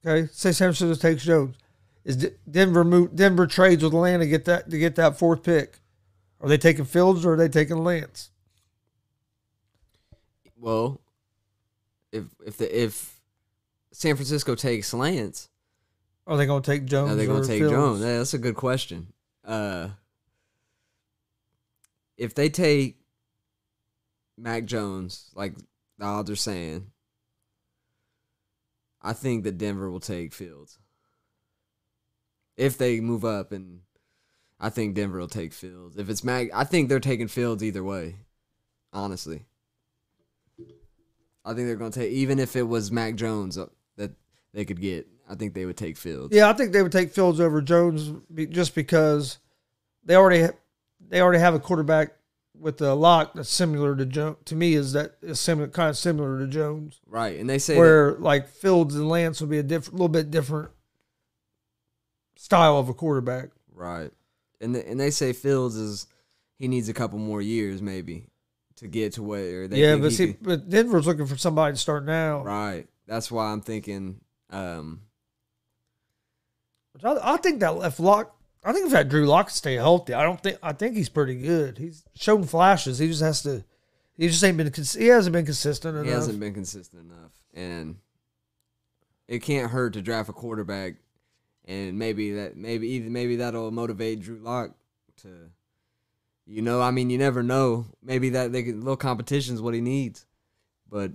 B: Okay, say San Francisco takes Jones. Is D- Denver move, Denver trades with Atlanta to get that to get that fourth pick? Are they taking Fields or are they taking Lance?
C: Well, if if the if San Francisco takes Lance,
B: Are they going to take Jones?
C: are they gonna
B: or
C: take
B: Fields?
C: Jones? Yeah, that's a good question. Uh if they take Mac Jones, like the odds are saying, I think that Denver will take Fields. If they move up and I think Denver will take Fields. If it's Mac I think they're taking Fields either way. Honestly. I think they're gonna take even if it was Mac Jones uh, that they could get, I think they would take Fields.
B: Yeah, I think they would take Fields over Jones be- just because they already ha- they already have a quarterback with a lock that's similar to Jones. To me, is that is similar kind of similar to Jones,
C: Right. And they say that-
B: where like Fields and Lance will be a different, little bit different style of a quarterback.
C: Right. And th- and they say Fields is he needs a couple more years maybe to get to where they
B: yeah,
C: think
B: but
C: he
B: see,
C: could-
B: but Denver's looking for somebody to start now.
C: right. That's why I'm thinking um
B: Which I, I think that if Lock, I think if that Drew Lock stay healthy, I don't think I think he's pretty good. He's shown flashes. He just has to. He just ain't been. cons- He hasn't been consistent enough.
C: he hasn't been consistent enough and it can't hurt to draft a quarterback and maybe that maybe even maybe that'll motivate Drew Lock to you know, I mean you never know. Maybe that they can little competition's what he needs. But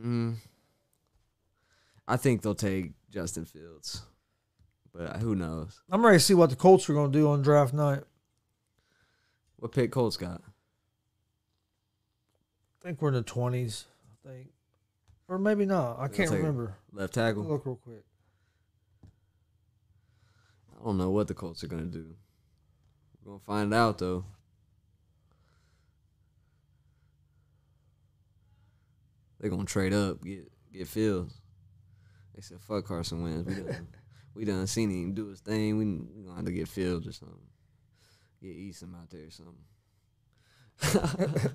C: mm, I think they'll take Justin Fields. But who knows?
B: I'm ready to see what the Colts are going to do on draft night.
C: What pick Colts got?
B: I think we're in the twenties. I think, or maybe not. I can't
C: take it.
B: remember.
C: Left
B: Let me
C: tackle.
B: Look real quick.
C: I don't know what the Colts are gonna do. We're gonna find out though. They're gonna trade up, get get Fields. They said, "Fuck Carson Wentz. We done, we done seen him do his thing. We, we gonna have to get Fields or something. Get Easton out there or something."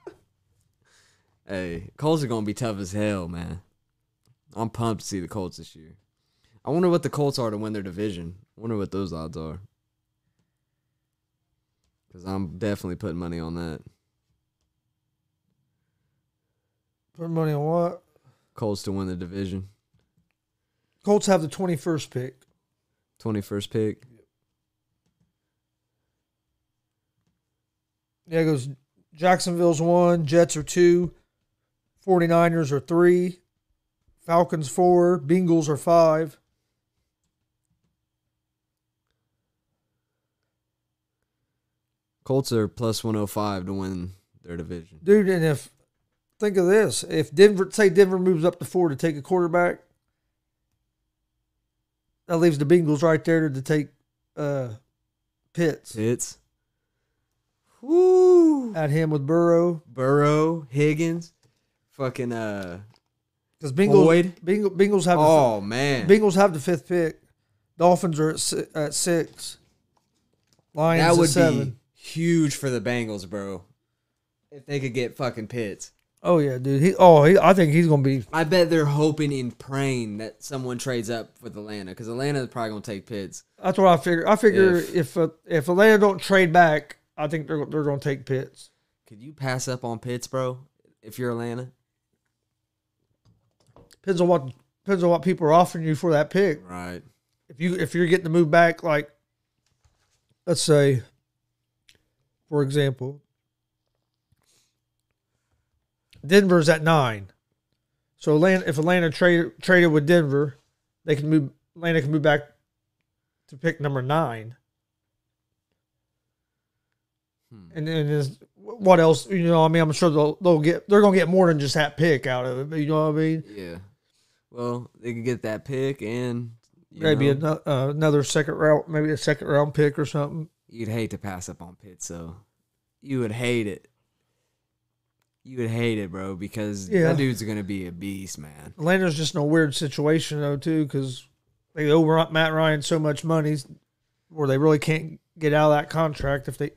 C: hey, Colts are gonna be tough as hell, man. I'm pumped to see the Colts this year. I wonder what the Colts are to win their division. I wonder what those odds are. Because I'm definitely putting money on that.
B: Put money on what?
C: Colts to win the division.
B: Colts have the 21st pick.
C: 21st pick.
B: Yeah, it goes Jacksonville's one, Jets are two, 49ers are three, Falcons four, Bengals are five.
C: Colts are plus 105 to win their division.
B: Dude, and if think of this, if Denver say Denver moves up to four to take a quarterback, That leaves the Bengals right there to take uh, Pitts
C: It's. Woo!
B: at him with Burrow
C: Burrow, Higgins, fucking uh.
B: because Bengals,
C: Boyd.
B: Bengals Bengals have
C: Oh
B: the,
C: man,
B: Bengals have the fifth pick. Dolphins are at si- at six. Lions
C: that
B: at
C: would
B: seven.
C: be huge for the Bengals, bro. If they could get fucking Pitts,
B: Oh yeah, dude. He oh he, I think he's gonna be
C: I bet they're hoping and praying that someone trades up with Atlanta because Atlanta's probably gonna take Pitts.
B: That's what I figure. I figure
C: If-
B: if if, uh, if Atlanta don't trade back, I think they're they're going to take Pitts.
C: Could you pass up on Pitts, bro? If you're Atlanta,
B: Depends on what depends on what people are offering you for that pick.
C: right?
B: If you if you're getting to move back, like let's say, for example, Denver's at nine. So Atlanta, if Atlanta trade, traded with Denver, they can move. Atlanta can move back to pick number nine. And then is what else? You know, what I mean, I'm sure they'll they'll get they're gonna get more than just that pick out of it. But you know what I mean?
C: Yeah. Well, they could get that pick, and you
B: Maybe
C: know,
B: ano- uh, another second round, maybe a second round pick or something.
C: you'd hate to pass up on Pitts, so you would hate it. You would hate it, bro, because
B: Yeah.
C: that dude's gonna be a beast, man.
B: Atlanta's just in a weird situation though too because they owe Ro- Matt Ryan so much money where they really can't get out of that contract if they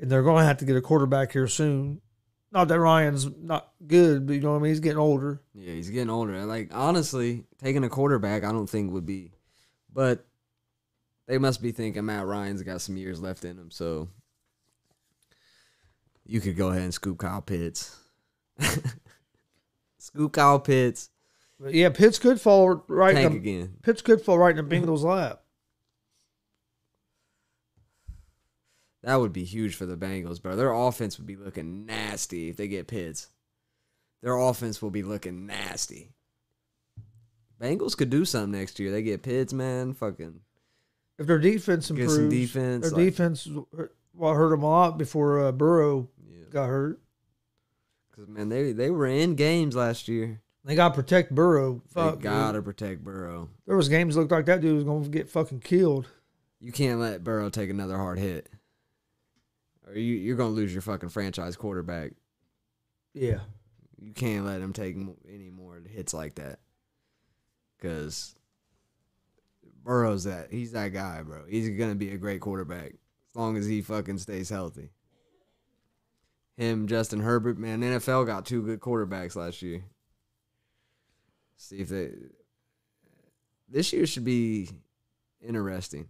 B: and they're going to have to get a quarterback here soon. Not that Ryan's not good, but you know what I mean. He's getting older.
C: Yeah, he's getting older. Like honestly, taking a quarterback, I don't think would be, but they must be thinking Matt Ryan's got some years left in him, so you could go ahead and scoop Kyle Pitts. scoop Kyle Pitts.
B: But yeah, Pitts could fall right. um,
C: Tank
B: In the,
C: again.
B: Pitts could fall right in the Bengals' lap.
C: That would be huge for the Bengals, bro. Their offense would be looking nasty if they get Pitts. Their offense will be looking nasty. Bengals could do something next year. They get Pitts, man. Fucking
B: If their defense
C: Get some
B: improves,
C: defense,
B: their
C: like-
B: defense hurt- what hurt them a lot before uh, Burrow got hurt.
C: because man, they they were in games last year.
B: They got to protect Burrow. Fuck,
C: they
B: dude.
C: gotta protect Burrow.
B: there was games looked like that dude was going to get fucking killed.
C: You can't let Burrow take another hard hit, or you you're gonna lose your fucking franchise quarterback.
B: Yeah.
C: You can't let him take m- any more hits like that. Cause Burrow's that he's that guy, bro. He's gonna be a great quarterback as long as he fucking stays healthy. Him, Justin Herbert, man, NFL got two good quarterbacks last year. See if they this year should be interesting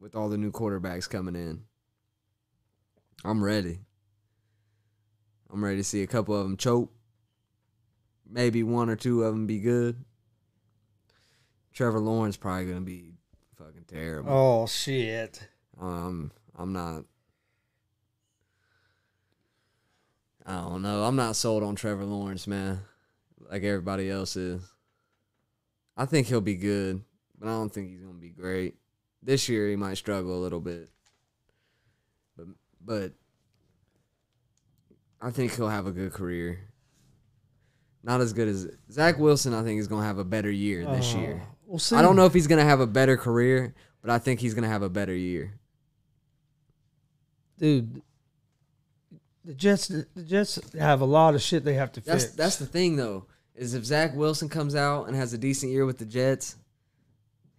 C: with all the new quarterbacks coming in. I'm ready. I'm ready to see a couple of them choke. Maybe one or two of them be good. Trevor Lawrence probably gonna be fucking terrible.
B: Oh shit.
C: Um, I'm not. I don't know. I'm not sold on Trevor Lawrence, man. Like everybody else is. I think he'll be good, but I don't think he's gonna be great. This year he might struggle a little bit. But but I think he'll have a good career. Not as good as Zach Wilson, I think is gonna have a better year this year.
B: Oh. We'll see.
C: I don't know if he's gonna have a better career, but I think he's gonna have a better year.
B: dude. The Jets, the Jets have a lot of shit they have to
C: That's
B: fix.
C: that's the thing though, is if Zach Wilson comes out and has a decent year with the Jets,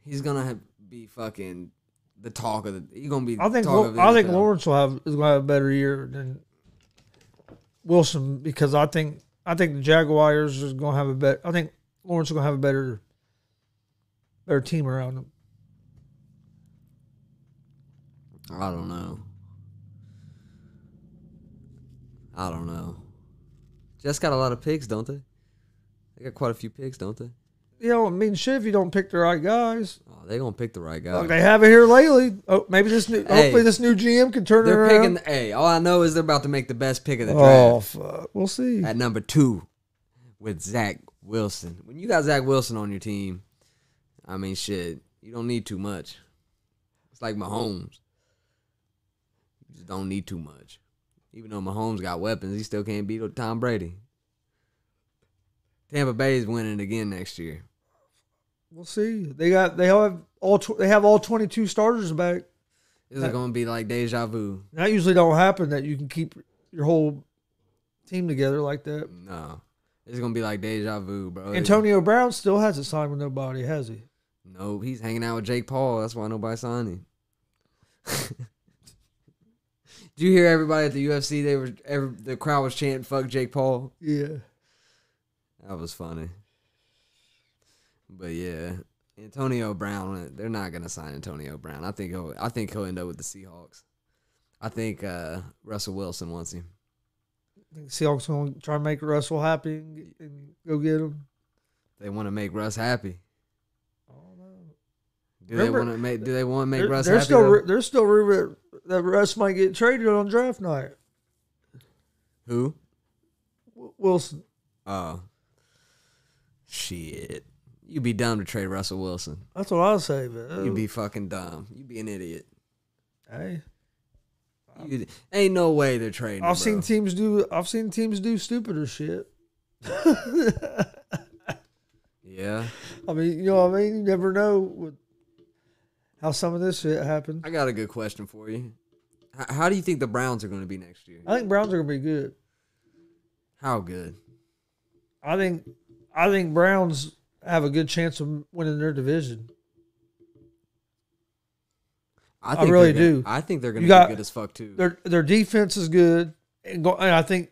C: he's gonna have, be fucking the talk of the. He's gonna be.
B: I think.
C: talk
B: Lo-
C: of the
B: I think
C: NFL.
B: Lawrence will have is gonna have a better year than Wilson because I think I think the Jaguars is gonna have a better. I think Lawrence is gonna have a better, better team around him.
C: I don't know. I don't know. Jets got a lot of picks, don't they? They got quite a few picks, don't they?
B: You know, I mean, shit. If you don't pick the right guys,
C: Oh, they gonna pick the right guy.
B: like they have it here lately. Oh, maybe this new.
C: Hey.
B: hopefully, this new GM can turn it
C: they're
B: around.
C: picking. The, hey, all I know is they're about to make the best pick of the draft.
B: oh fuck, we'll see.
C: at number two with Zach Wilson. When you got Zach Wilson on your team, I mean, shit, you don't need too much. It's like Mahomes. You just don't need too much. Even though Mahomes got weapons, he still can't beat Tom Brady. Tampa Bay is winning again next year.
B: We'll see. They got they have all tw- they have all twenty two starters back.
C: This is gonna be like deja vu.
B: That usually don't happen that you can keep your whole team together like that.
C: No, it's gonna be like deja vu, bro.
B: Antonio Brown still hasn't signed with nobody, has he?
C: Nope, he's hanging out with Jake Paul. That's why nobody signed him. Did you hear everybody at the UFC? They were every, the crowd was chanting "fuck Jake Paul."
B: Yeah.
C: That was funny. But yeah, Antonio Brown. They're not gonna sign Antonio Brown. I think he'll. I think he'll end up with the Seahawks. I think uh, Russell Wilson wants him.
B: Think Seahawks gonna try and make Russell happy and, get, and go get him.
C: They want to make Russ happy.
B: I don't know.
C: Do
B: Remember-
C: they want to make? Do they want to make
B: There-
C: Russ
B: there's
C: happy?
B: still
C: though?
B: ru- there's still rumor that Russ might get traded on draft night.
C: Who?
B: W- Wilson.
C: Oh, shit! You'd be dumb to trade Russell Wilson.
B: That's what I'll say, man.
C: You'd be fucking dumb. You'd be an idiot.
B: hey.
C: You, ain't no way they're trading.
B: I've seen
C: bro.
B: teams do I've seen teams do stupider shit.
C: yeah,
B: I mean, you know what I mean? You never know what, how some of this shit happened.
C: I got a good question for you. H- how do you think the Browns are going to be next year?
B: I think Browns are gonna be good.
C: How good?
B: I think I think Browns have a good chance of winning their division. I
C: they're
B: really
C: gonna-
B: do.
C: I think they're going
B: You
C: to
B: got-
C: be good as fuck too.
B: Their their defense is good, and, go, and I think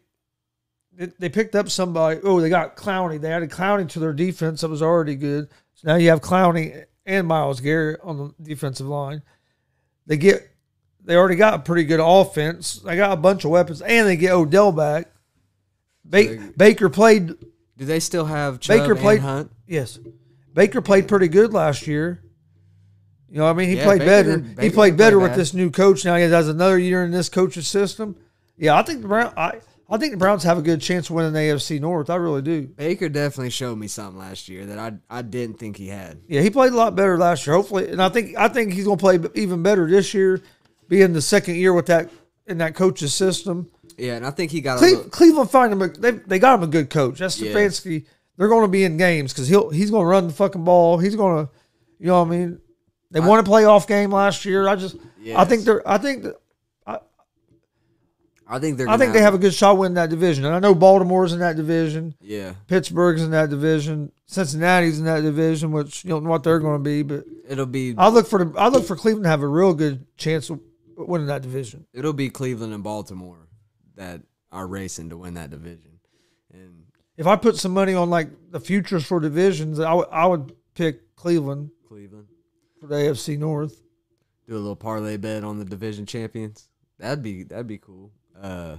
B: they, they picked up somebody. Oh, they got Clowney. They added Clowney to their defense that was already good. So now you have Clowney and Miles Garrett on the defensive line. They get they already got a pretty good offense. They got a bunch of weapons, and they get Odell back. Ba-
C: They-
B: Baker played
C: Do they still have Chubb
B: Baker
C: Baker
B: played-
C: and Hunt?
B: Yes. Baker played pretty good last year. You know, what I mean, he
C: Yeah,
B: played
C: Baker
B: better.
C: didn't-
B: he
C: Baker
B: played
C: didn't play
B: better with
C: bad.
B: this new coach. Now he has another year in this coach's system. Yeah, I think the Brown. I, I think the Browns have a good chance of winning the AFC North. I really do.
C: Baker definitely showed me something last year that I I didn't think he had.
B: Yeah, he played a lot better last year. Hopefully, and I think I think he's going to play even better this year, being the second year with that in that coach's system.
C: Yeah, and I think he got a
B: Cle-
C: little,
B: Cleveland find him. A, they they got him a good coach. That's
C: Yeah.
B: Stefanski. They're going to be in games because he'll he's going to run the fucking ball. He's going to, you know what I mean. They won a playoff game last year. I just I
C: Yes.
B: think they're I think that-
C: I think they're.
B: I think they have a good shot winning that division. And I know Baltimore's in that division.
C: Yeah,
B: Pittsburgh's in that division. Cincinnati's in that division, which you don't know what they're going to be. But
C: it'll be
B: I look for the I look for Cleveland to have a real good chance of winning that division.
C: it'll be Cleveland and Baltimore that are racing to win that division. And
B: If I put some money on like the futures for divisions, I would- I would pick Cleveland
C: Cleveland
B: for the AFC North.
C: do a little parlay bet on the division champions. That'd be that'd be cool. Uh,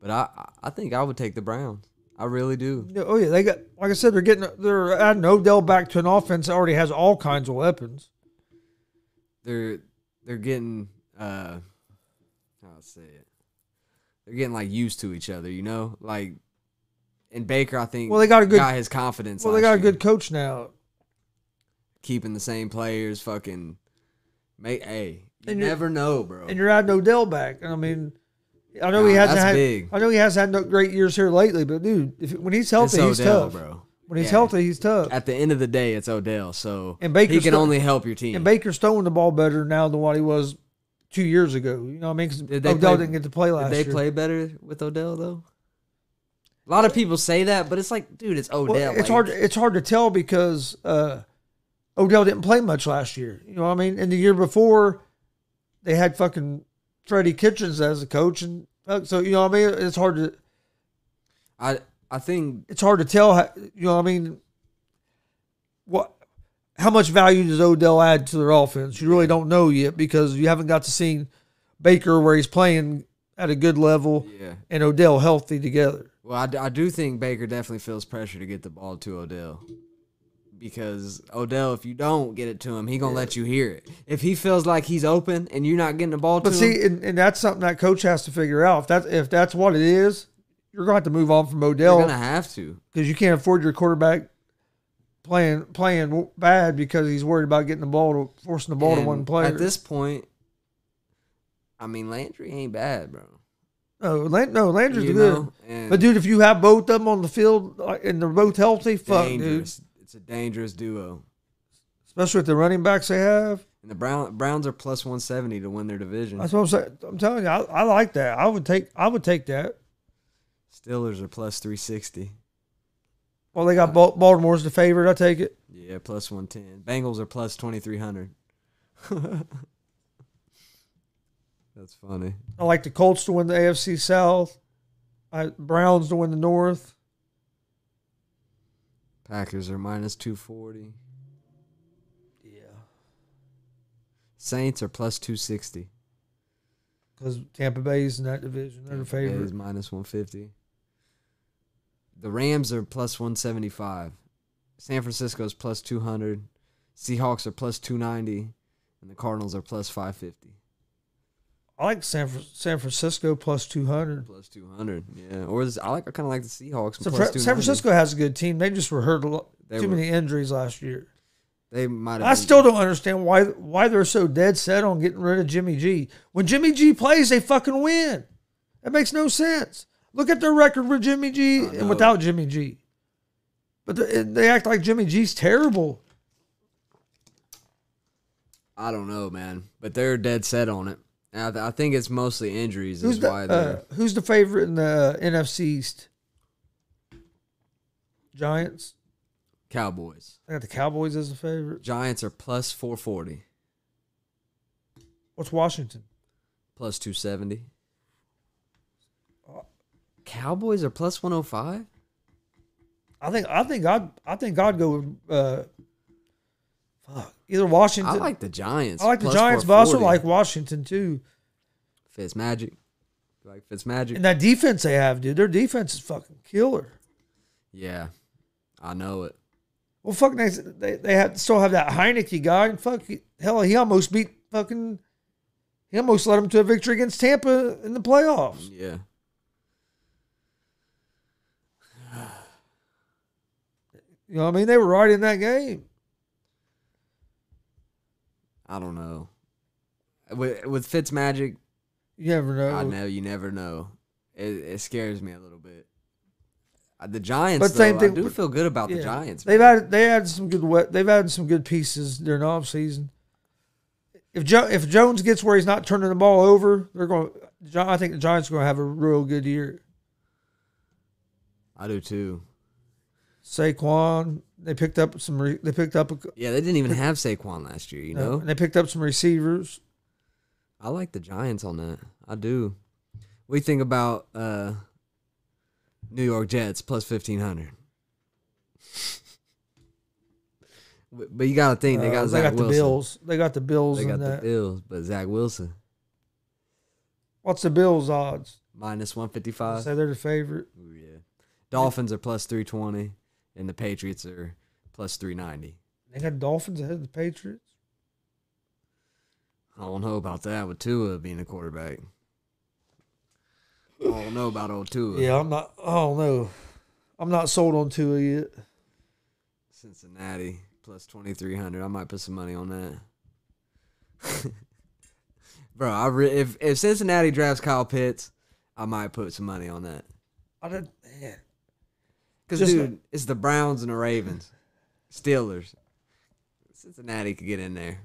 C: but I I think I would take the Browns. I really do.
B: Yeah, Oh yeah, they got like I said, they're getting they're adding Odell back to an offense that already has all kinds of weapons.
C: They're they're getting uh, how to say it. They're getting like used to each other, you know. Like, and Baker, I think.
B: Well, they got a good-
C: got his confidence.
B: Well, they
C: last
B: got a
C: year.
B: good coach now.
C: keeping the same players. Fucking, mate. Hey, you
B: And you're-
C: never know, bro.
B: and you're adding Odell back. And I mean, I know
C: Nah,
B: he hasn't
C: that's
B: had.
C: big.
B: I know he has had no great years here lately, but dude, if, when he's healthy, he's tough.
C: bro.
B: When he's
C: Yeah.
B: healthy, he's tough.
C: At the end of the day, it's Odell. So
B: And Baker's
C: he can
B: still-
C: only help your team.
B: And Baker's throwing the ball better now than what he was two years ago. You know what I mean? 'Cause
C: they
B: Odell
C: play-
B: didn't get to play
C: Did
B: last
C: they
B: year.
C: play better with Odell though? A lot of people say that, but it's like, dude, it's Odell.
B: Well,
C: like-
B: it's hard. It's hard to tell because uh, Odell didn't play much last year. You know what I mean? And the year before, they had fucking Freddie Kitchens as a coach, and fuck, so you know what I mean. It's hard to
C: I I think
B: it's hard to tell. How, you know what I mean? What? How much value does Odell add to their offense? You really don't know yet because you haven't got to see Baker where he's playing at a good level
C: yeah.
B: and Odell healthy together.
C: Well, I, d- I do think Baker definitely feels pressure to get the ball to Odell. Because Odell, if you don't get it to him, he gonna let you hear it. If he feels like he's open and you're not getting the ball
B: But
C: to him,
B: see, and, and that's something that coach has to figure out. If that's if that's what it is, you're going to have to move on from
C: you're
B: Odell
C: gonna
B: because
C: have to.
B: you can't afford your quarterback playing playing bad because he's worried about getting the ball to forcing the ball to
C: And
B: one player.
C: At this point, I mean Landry ain't bad, bro.
B: no, Lan- no, Landry's
C: You
B: good.
C: know? And
B: But dude, if you have both of them on the field like, and they're both healthy, fuck,
C: dangerous. It's a dangerous duo.
B: especially with the running backs they have.
C: And the Brown, Browns are plus 170 to win their division.
B: That's what I'm saying. I'm telling you, I, I like that. I would take I would take that.
C: Steelers are plus 360.
B: Well,
C: Uh-huh.
B: they got Bal- Baltimore's the favorite. I take it.
C: Yeah, plus 110. Bengals are plus 2300. That's funny.
B: I like the Colts to win the AFC South. I Browns to win the North.
C: Packers are minus 240.
B: Yeah,
C: Saints are plus 260.
B: because Tampa Bay's in that division. They're the
C: It
B: favorite.
C: is minus 150. The Rams are plus 175. San Francisco is plus 200. Seahawks are plus 290. And the Cardinals are plus 550.
B: I like San Fr- San Francisco plus two hundred.
C: Plus 200. Yeah. Or is, I like I kind of like the Seahawks.
B: San,
C: plus
B: Fra-
C: 290.
B: San Francisco has a good team. They just were hurt a lot.
C: They
B: too
C: were-
B: many injuries last year.
C: They might have.
B: I
C: been-
B: still don't understand why why they're so dead set on getting rid of Jimmy G. When Jimmy G plays, they fucking win. That makes no sense. Look at their record with Jimmy G
C: know.
B: and without Jimmy G. But they, they act like Jimmy G's terrible.
C: I don't know, man. But they're dead set on it. And I, th- I think it's mostly injuries
B: Who's
C: is
B: the
C: why they're.
B: uh, who's the favorite in the uh, NFC East? Giants.
C: Cowboys.
B: I got the Cowboys as a favorite.
C: Giants are plus 440.
B: What's Washington?
C: plus 270.
B: Uh,
C: Cowboys are plus 105?
B: I think I think I'd I think I'd go with uh, fuck either Washington.
C: I like the Giants.
B: I like the
C: plus
B: Giants, but I also
C: 440.
B: like Washington too.
C: Fitzmagic. You Like Fitzmagic.
B: And that defense they have, dude, their defense is fucking killer.
C: yeah, I know it.
B: Well, fuck, they they, they have, still have that Heineke guy, and fuck, he- hell, he almost beat fucking, he almost led them to a victory against Tampa in the playoffs.
C: Yeah.
B: You know what I mean? They were right in that game.
C: I don't know. With, with Fitzmagic,
B: You never know.
C: I know you never know. It, it scares me a little bit. Uh, The Giants,
B: But
C: though,
B: same
C: I
B: thing-
C: do feel good about
B: Yeah.
C: the Giants.
B: They've
C: man.
B: added they added some good we- they've added some good pieces during the offseason. If jo- if Jones gets where he's not turning the ball over, they're going. John, I think the Giants are going to have a real good year.
C: I do too.
B: Saquon, they picked up some. Re- they picked up a,
C: Yeah, they didn't even have Saquon last year, you know?
B: and they picked up some receivers.
C: I like the Giants on that. I do. We think about uh New York Jets plus fifteen hundred. but you got to think they got
B: Uh,
C: Zach
B: the
C: Wilson.
B: Bills. They got the Bills
C: They
B: in
C: got the
B: that.
C: Bills, but Zach Wilson
B: What's the Bills odds?
C: minus one fifty
B: I'd
C: five.
B: say they're the favorite.
C: Yeah. Dolphins are plus three twenty, and the Patriots are plus three ninety.
B: They got Dolphins ahead of the Patriots.
C: I don't know about that with Tua being a quarterback. I don't know about old Tua.
B: Yeah, I'm not. I don't know. I'm not sold on Tua yet.
C: Cincinnati plus twenty three hundred. I might put some money on that. Bro, I re- if if Cincinnati drafts Kyle Pitts, I might put some money on that.
B: I don't. Man.
C: Cause
B: Just-
C: dude, it's the Browns and the Ravens, Steelers. Cincinnati could get in there.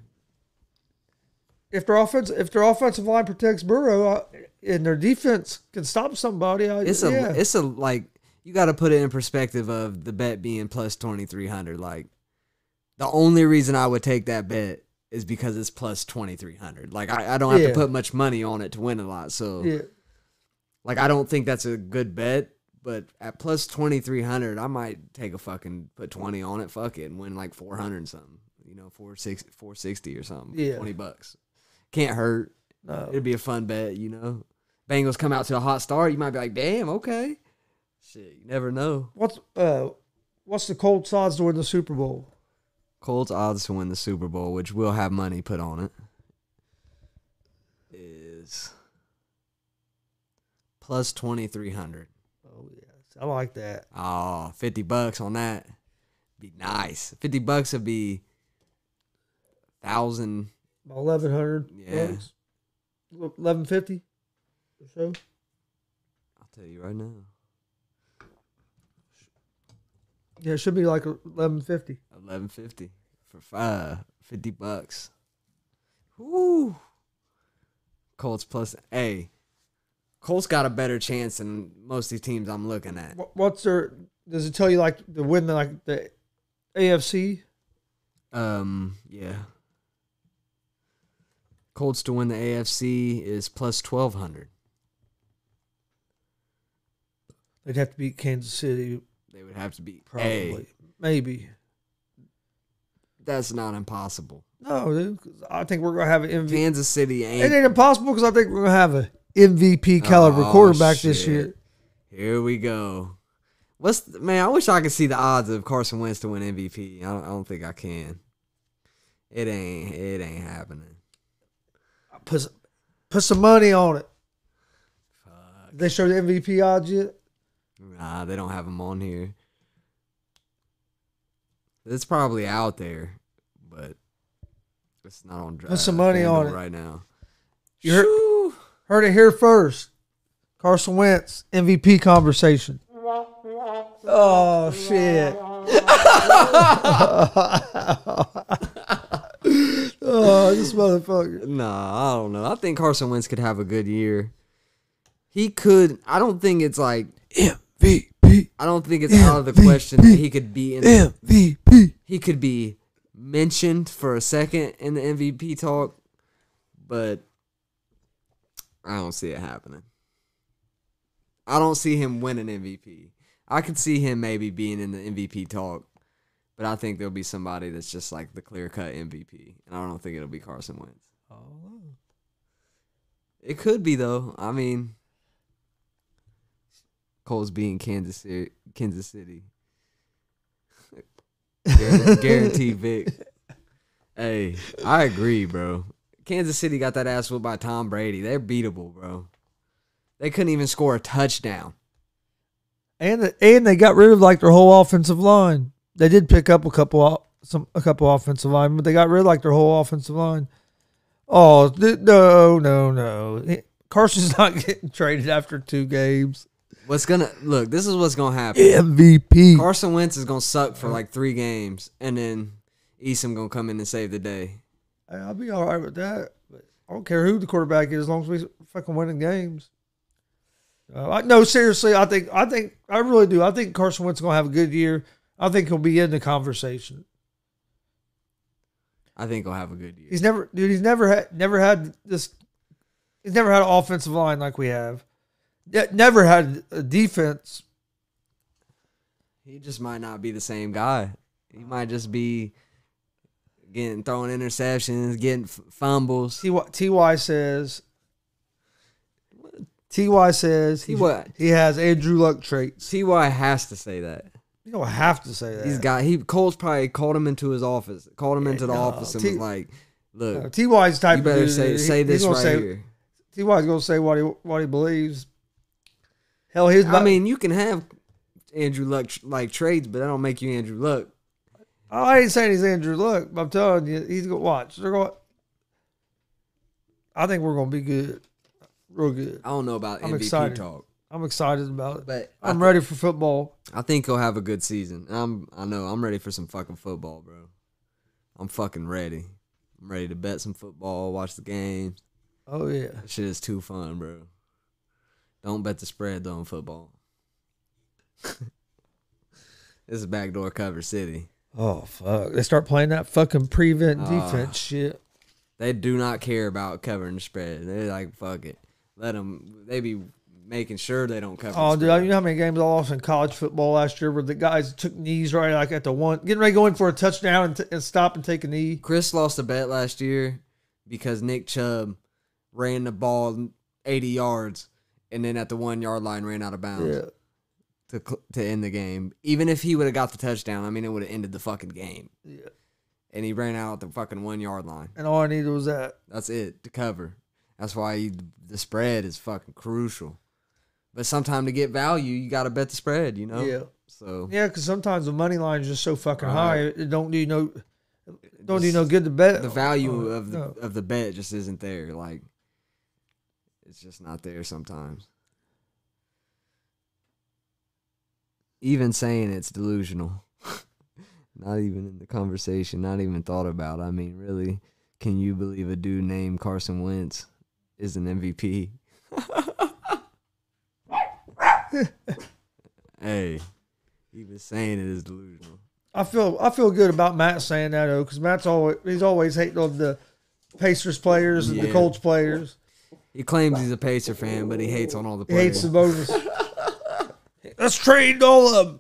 B: if their offense if their offensive line protects Burrow uh, and their defense can stop somebody, I,
C: It's a
B: yeah.
C: it's a like you got to put it in perspective of the bet being plus twenty three hundred. Like the only reason I would take that bet is because it's plus twenty three hundred. Like I, I don't have
B: Yeah.
C: to put much money on it to win a lot. So
B: yeah.
C: Like I don't think that's a good bet, but at plus twenty three hundred, I might take a fucking put twenty on it, fuck it, and win like four hundred and something. You know, four six four sixty or something.
B: Yeah.
C: Twenty bucks. Can't hurt.
B: No.
C: It'd be a fun bet, you know. Bengals come out to a hot start, you might be like, damn, okay. Shit, you never know.
B: What's uh what's the Colts odds to win the Super Bowl?
C: Colts odds to win the Super Bowl, which will have money put on it. Is plus twenty three hundred.
B: Oh yes, I like that.
C: Oh, 50 bucks on that. Be nice. 50 bucks would be 1000
B: Eleven hundred.
C: Yeah.
B: Eleven fifty. Or so.
C: I'll tell you right now.
B: Yeah, it should be like eleven fifty.
C: 1150. for five, 50 bucks. Woo. Colts plus a. Colts got a better chance than most of these teams I'm looking at.
B: Wh- What's their? Does it tell you like the win the like the AFC?
C: Um, yeah. Colts to win the AFC is plus 1200.
B: They'd have to beat Kansas City
C: They would have to beat
B: probably,
C: A.
B: maybe.
C: That's not impossible.
B: No, dude, 'cause I think we're gonna have an MVP.
C: Kansas City
B: It
C: ain't.
B: ain't impossible because I think we're gonna have a MVP caliber
C: Oh,
B: quarterback this
C: shit.
B: year.
C: Here we go. What's th- man? I wish I could see the odds of Carson Wentz to win MVP. I don't, I don't think I can. It ain't. It ain't happening.
B: Put some, put some money on it. They show the MVP odds yet?
C: Nah, they don't have him on here. It's probably out there, but it's not on.
B: Put some money on
C: FanDuel
B: it.
C: right now.
B: You heard-
C: Shoo.
B: Heard it here first. Carson Wentz MVP conversation. Oh shit! oh, this motherfucker.
C: Nah, I don't know. I think Carson Wentz could have a good year. He could. I don't think it's like.
B: MVP.
C: I don't think it's out of the question that he could be in. The,
B: MVP.
C: he could be mentioned for a second in the MVP talk, but I don't see it happening. I don't see him winning MVP. I could see him maybe being in the MVP talk, but I think there'll be somebody that's just like the clear cut MVP, and I don't think it'll be Carson Wentz. It could be though. I mean, Cole's being Kansas City. Kansas City. Guar- Guaranteed Vic. Hey, I agree, bro. Kansas City got that ass whooped by Tom Brady. They're beatable, bro. They couldn't even score a touchdown.
B: And and they got rid of like their whole offensive line. They did pick up a couple o- some a couple offensive line, but they got rid of like their whole offensive line. Oh th- no no no! Carson's not getting traded after two games.
C: What's gonna look? This is what's gonna happen.
B: MVP.
C: Carson Wentz is gonna suck for like three games, and then Eason gonna come in and save the day.
B: Hey, I'll be all right with that. But I don't care who the quarterback is, as long as we fucking winning games. Uh, I, no, seriously, I think I think I really do. I think Carson Wentz is gonna have a good year. I think he'll be in the conversation.
C: I think he'll have a good year.
B: He's never, dude. He's never had, never had this. He's never had an offensive line like we have. Ne- Never had a defense.
C: He just might not be the same guy. He might just be getting thrown interceptions, getting f- fumbles.
B: Ty Ty says. Ty says
C: He what?
B: he has Andrew Luck traits.
C: Ty has to say that.
B: You don't have to say that.
C: He's got he. Cole's probably called him into his office, called him into the
B: no,
C: office, and
B: T-
C: was like,
B: Uh,
C: "Look,
B: Ty's type.
C: you better
B: of dude,
C: say
B: he-
C: say
B: he's
C: this
B: gonna
C: right
B: say,
C: here."
B: Ty's gonna say what he what he believes. Hell, he's.
C: I mean, you can have Andrew Luck tr- like trades, but that don't make you Andrew Luck.
B: oh, I ain't saying he's Andrew Luck, but I'm telling you, he's gonna watch. They're going. I think we're gonna be good, real good.
C: I don't know about
B: I'm
C: MVP
B: excited.
C: talk,
B: I'm excited about it.
C: but I,
B: I'm ready for football.
C: I think he'll have a good season. I'm I know I'm ready for some fucking football, bro. I'm fucking ready. I'm ready to bet some football, watch the games.
B: Oh yeah,
C: That shit is too fun, bro. Don't bet the spread though in football. this is backdoor cover city.
B: oh fuck! They start playing that fucking prevent
C: Ah.
B: defense shit.
C: They do not care about covering the spread. They're like, fuck it. Let them. They be making sure they don't cover.
B: Oh,
C: the
B: dude,
C: spread.
B: you know how many games I lost in college football last year where the guys took knees right like at the one, getting ready to go in for a touchdown and, t- and stop and take a knee.
C: Chris lost a bet last year because Nick Chubb ran the ball 80 yards and then at the one yard line ran out of bounds
B: Yeah.
C: to cl- to end the game. Even if he would have got the touchdown, I mean, it would have ended the fucking game.
B: Yeah.
C: And he ran out at the fucking one yard line.
B: And all I needed was that.
C: That's it to cover. That's why you, the spread is fucking crucial. But sometime to get value, you got to bet the spread, you know?
B: Yeah.
C: So
B: Yeah, because sometimes the money line is just so fucking
C: Right.
B: high, it don't do no, don't do
C: Just
B: no good to bet.
C: the value
B: Oh,
C: of the
B: no.
C: of the bet just isn't there. Like it's just not there sometimes. Even saying it's delusional. Not even in the conversation. Not even thought about. I mean, really, can you believe a dude named Carson Wentz is an MVP? hey, even saying it is delusional.
B: I feel I feel good about Matt saying that though, because Matt's always he's always hating on the Pacers players and the
C: Yeah.
B: Colts players.
C: He claims he's a Pacer fan, but he hates on all the
B: He hates
C: players.
B: the bonus. Let's trade all of them.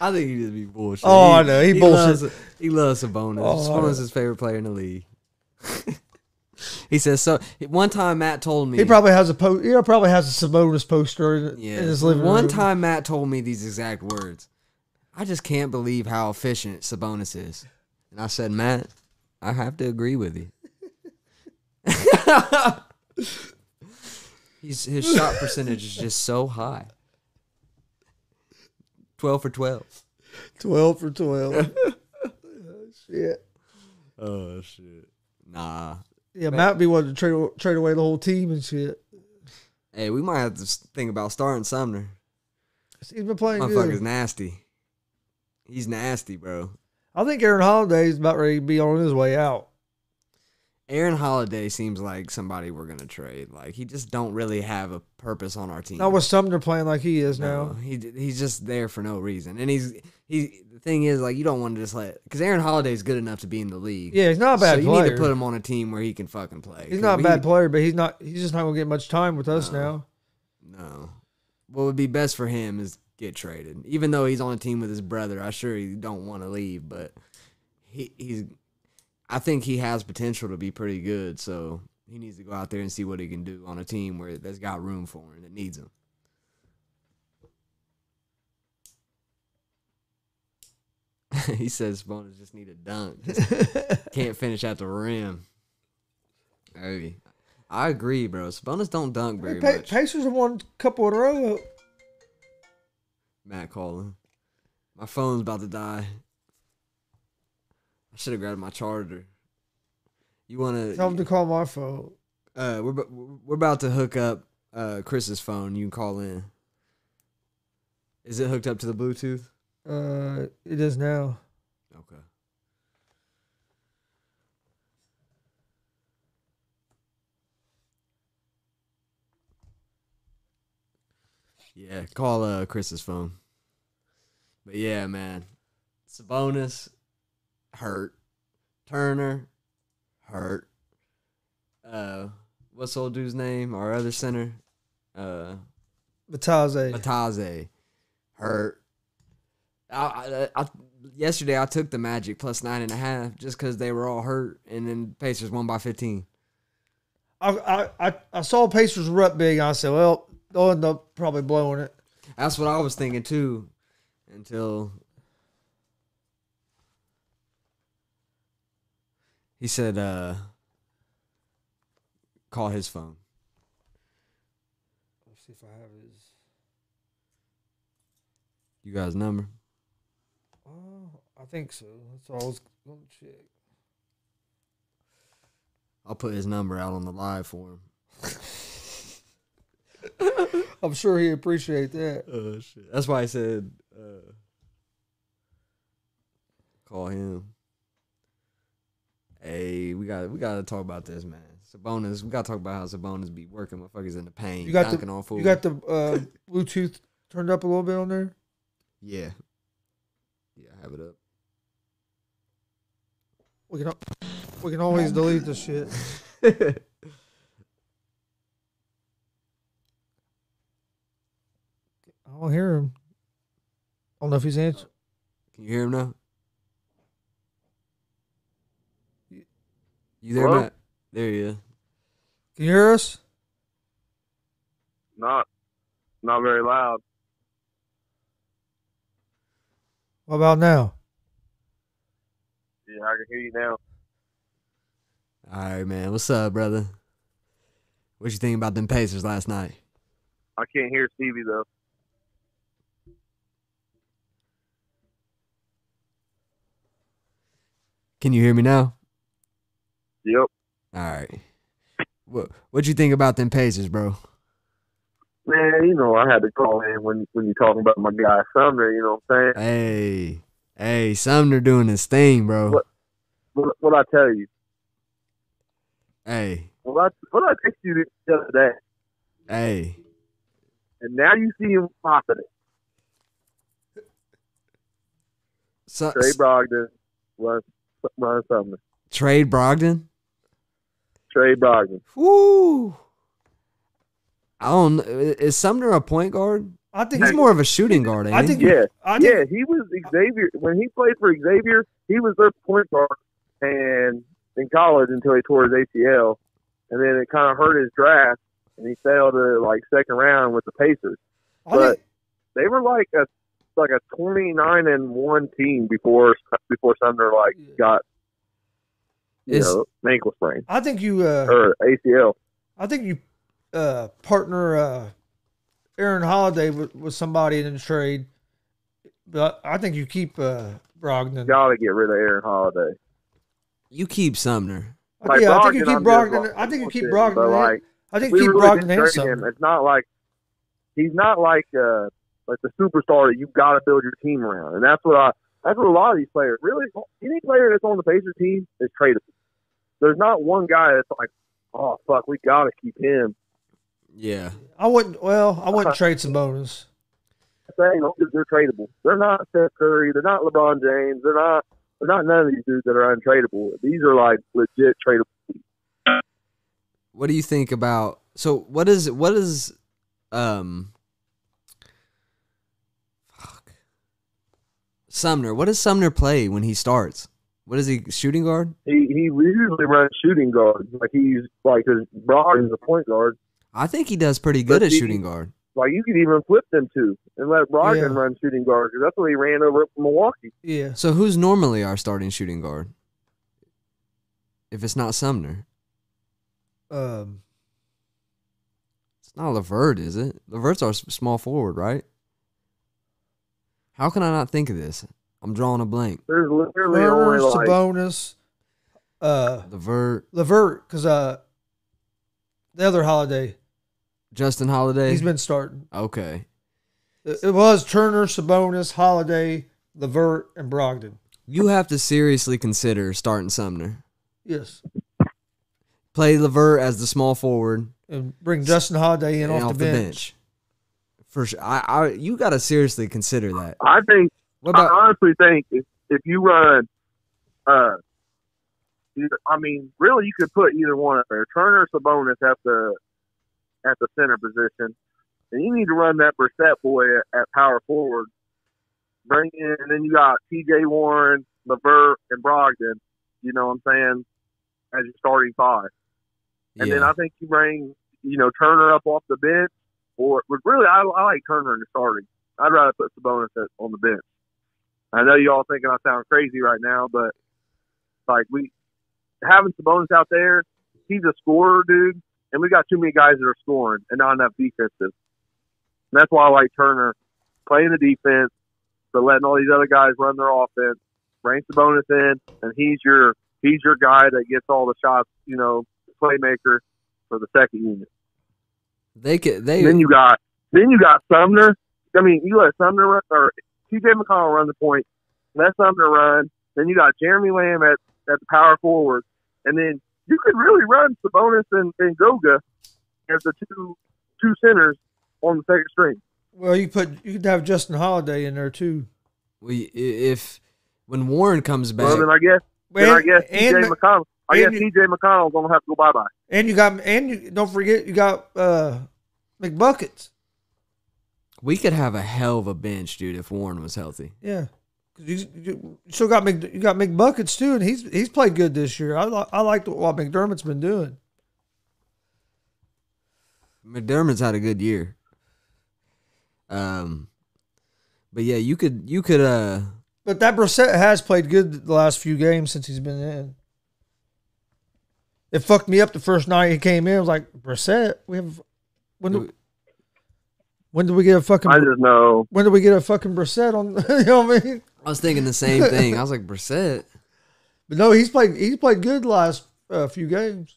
C: I think he just be bullshit.
B: Oh, I know, he bullshit.
C: Loves, he loves Sabonis.
B: Oh, I know.
C: Sabonis is his favorite player in the league. he says so. One time Matt told me
B: He probably has a po- he probably has a Sabonis poster in,
C: Yeah.
B: in his living room.
C: One time Matt told me these exact words. I just can't believe how efficient Sabonis is. And I said, Matt, I have to agree with you. He's, his shot percentage is just so high. 12 for 12.
B: twelve for twelve. Shit.
C: Oh, shit. Nah.
B: Yeah, Matt be wanting to trade trade away the whole team and shit.
C: Hey, we might have to s- think about starting Sumner.
B: He's been playing
C: Motherfucker's
B: good.
C: nasty. He's nasty, bro.
B: I think Aaron Holiday's about ready to be on his way out.
C: Aaron Holiday seems like somebody we're gonna trade. Like he just don't really have a purpose on our team.
B: Not with Sumner playing like he is
C: No,
B: now.
C: he he's just there for no reason. And he's he the thing is like you don't want to just let because Aaron Holiday's good enough to be in the league.
B: Yeah, he's not a
C: so
B: bad
C: you
B: player.
C: need to put him on a team where he can fucking play.
B: He's
C: 'Cause
B: not a
C: we-
B: bad player, but he's not. He's just not gonna get much time with us now.
C: No, what would be best for him is get traded. Even though he's on a team with his brother, I sure he don't want to leave, but he he's I think he has potential to be pretty good. So he needs to go out there and see what he can do on a team where that's got room for him that needs him. he says bonus just need a dunk. Just can't finish at the rim. Hey, I agree, bro. Sabonis don't dunk very
B: Pa-
C: much.
B: Pacers have won a couple in a row.
C: Matt calling. My phone's about to die. I should have grabbed my charger. You wanna?
B: Tell him to call my phone.
C: uh, we're bu- we're about to hook up uh Chris's phone. You can call in. Is it hooked up to the Bluetooth?
B: Uh, it is now.
C: Okay. Yeah, call uh, Chris's phone. But yeah, man, Sabonis hurt, Turner hurt. Uh, what's old dude's name? Our other center, uh,
B: Bataze.
C: Bataze hurt. I, I, I, yesterday I took the Magic plus nine and a half just because they were all hurt, and then Pacers won by fifteen.
B: I, I I I saw Pacers were up big. I said, well, they'll end up probably blowing it.
C: That's what I was thinking too, until he said, uh, "Call his phone."
B: Let's see if I have his.
C: You guys number?
B: Oh, I think so. That's all I was gonna check.
C: I'll put his number out on the live for him.
B: I'm sure he appreciate that.
C: Oh shit! That's why I said uh, call him. Hey, we got we got to talk about this, man. Sabonis, we got to talk about how Sabonis be working motherfuckers in the paint,
B: You got
C: dunking
B: the
C: on fools.
B: you got the uh, Bluetooth turned up a little bit on there.
C: yeah, yeah, I have it up.
B: We can al- we can always delete the shit. I don't hear him. I don't know if he's answering.
C: Can you hear him now? You there,
D: Hello?
C: Matt? There he is.
B: Can you hear us?
D: Not, not very loud.
B: What about now?
D: Yeah, I can hear you now.
C: All right, man. What's up, brother? What you think about them Pacers last night?
D: I can't hear Stevie though.
C: Can you hear me now?
D: Yep.
C: All right. What what you think about them Pacers, bro?
D: Man, you know I had to call in when when you talking about my guy Sumner. You know what I'm saying?
C: Hey, Hey, Sumner doing his thing, bro.
D: What? What, what I tell you?
C: Hey,
D: What I what I text you the other day,
C: hey.
D: and now you see him popping it.
C: Su-
D: Trey Brogdon was run something.
C: Trade Brogdon?
D: Trey Brogdon.
C: Woo! I don't. Is Sumner a point guard?
B: I think
C: He's more of a shooting guard. Ain't
B: I think
C: he?
D: Yeah,
B: I think,
D: yeah. He was Xavier when he played for Xavier. He was their point guard, and in college until he tore his ACL, and then it kind of hurt his draft, and he fell to like second round with the Pacers.
B: I think,
D: They were like a like a twenty nine and one team before before Sumner like got you
C: It's-
D: know ankle sprain
B: I think you uh,
D: or ACL.
B: I think you uh, partner uh, Aaron Holiday with, with somebody in the trade, but I think you keep uh, Brogdon.
D: Got to get rid of Aaron Holiday.
C: You keep Sumner.
D: Like
B: yeah, I think you
D: Brogdon,
B: keep
D: I'm just
B: Brogdon.
D: like,
B: I think you keep
D: bullshitting,
B: Brogdon.
D: but
B: in-
D: like.
B: I think
D: we
B: keep
D: really
B: Brogdon
D: didn't
B: and
D: trade
B: Sumner.
D: him. It's not like he's not like uh like the superstar that you've got to build your team around, and that's what I that's what a lot of these players really any player that's on the Pacers team is tradable. There's not one guy that's like, oh fuck, we got to keep him.
C: Yeah.
B: I wouldn't. Well, I
D: Uh-huh.
B: wouldn't trade Sabonis.
D: Saying oh, they're tradable. They're not Steph Curry. They're not LeBron James. They're not. They're not none of these dudes that are untradeable. These are like legit tradable.
C: What do you think about? So what is what is um. Fuck. Sumner. What does Sumner play when he starts? What is he shooting guard?
D: He he usually runs shooting guard. Like he's like his Brogdon's a point guard.
C: I think he does pretty good
D: But
C: at
D: he-
C: shooting guard.
D: Like you could even flip them two and let Brogdon
B: Yeah.
D: run shooting guard 'cause that's what he ran over at Milwaukee.
B: Yeah,
C: So who's normally our starting shooting guard? If it's not Sumner,
B: um,
C: it's not Levert, is it? Levert's our s- small forward, right? How can I not think of this? I'm drawing a blank.
D: There's literally
B: Turner,
D: only like
B: Sabonis, uh,
C: Levert,
B: Levert, because uh, the other Holiday,
C: Justin Holiday.
B: he's been starting.
C: okay.
B: It, it was Turner, Sabonis, Holiday, Levert, and Brogdon.
C: You have to seriously consider starting Sumner.
B: Yes,
C: Play Levert as the small forward
B: and bring Justin Holiday in
C: and
B: off, the, bench.
C: For sure, I, I you got to seriously consider that.
D: I think
C: What about
D: I honestly think if, if you run, uh, you- I mean, really, you could put either one up there. Turner or Sabonis at the at the center position, and you need to run that Brissett boy at, at power forward. Bring in, and then you got T.J. Warren, Levert, and Brogdon. You know what I'm saying? As your starting five. And then
C: Yeah.
D: I think you bring, you know, Turner up off the bench, or but really, I, I like Turner in the starting. I'd rather put Sabonis at- on the bench. I know you all thinking I sound crazy right now, but like we having Sabonis out there, he's a scorer, dude, and we got too many guys that are scoring and not enough defensive. And that's why I like Turner playing the defense, but letting all these other guys run their offense. Bring Sabonis in, and he's your he's your guy that gets all the shots, you know, playmaker for the second unit.
C: they could they
D: Then you got then you got Sumner. I mean, you let Sumner run, or T.J. McConnell run the point. Let Sumner run. Then you got Jeremy Lamb at, at the power forward, and then you could really run Sabonis and, and Goga as the two two centers on the second string.
B: Well, you put you could have Justin Holiday in there too.
C: we i- if when Warren comes back,
D: Well, then I guess then I
B: And-
D: guess T.J.
B: and
D: McConnell. I guess
B: and-
D: T.J. McConnell gonna have to go bye bye.
B: and you got and you don't forget you got uh, McBuckets.
C: We could have a hell of a bench, dude, if Warren was healthy.
B: Yeah, 'Cause you, you you still got Mc, you got McBuckets too, and he's he's played good this year. I li- I like what McDermott's been doing.
C: McDermott's had a good year. Um, but yeah, you could you could uh
B: But that Brissett has played good the last few games since he's been in. It fucked me up the first night he came in. I was like Brissett, we have when do, when did we get a fucking
D: I just know
B: when did we get a fucking Brissett on? you know what I mean?
C: I was thinking the same thing. I was like Brissett.
B: But no, he's played he's played good the last uh, few games.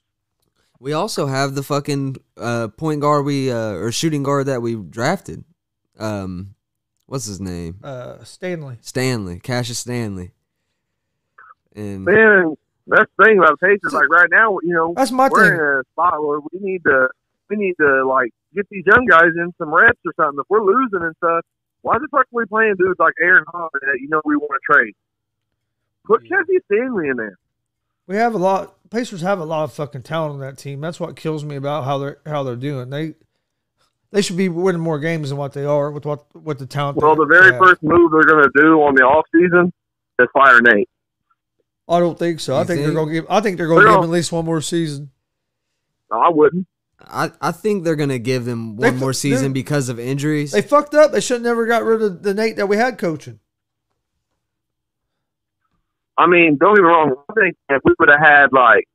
C: We also have the fucking uh point guard we uh or shooting guard that we drafted. Um, what's his name?
B: Uh, Stanley.
C: Stanley, Cassius Stanley. And
D: Man, that's the thing about the Pacers. Like right now, you know,
B: That's my
D: we're
B: thing.
D: in a spot where we need to we need to like get these young guys in some reps or something. If we're losing and stuff, why the fuck are we playing dudes like Aaron Hopper that you know we want to trade? Put Jesse Stanley in there.
B: We have a lot. Pacers have a lot of fucking talent on that team. That's what kills me about how they're how they're doing. They they should be winning more games than what they are with what with the talent.
D: Well,
B: they-
D: the very
B: they have.
D: first move they're going to do on the off season is fire Nate.
B: I don't think so. I
C: You
B: think, they're
C: think?
B: gonna give. I think they're gonna
D: They're
B: give
D: all-
B: him at least one more season.
D: No, I wouldn't.
C: I, I think they're gonna give them
B: They
C: one
B: fu-
C: more season
B: dude,
C: because of injuries.
B: They fucked up. They should have never got rid of the Nate that we had coaching.
D: I mean, don't get me wrong. I think if we would have had like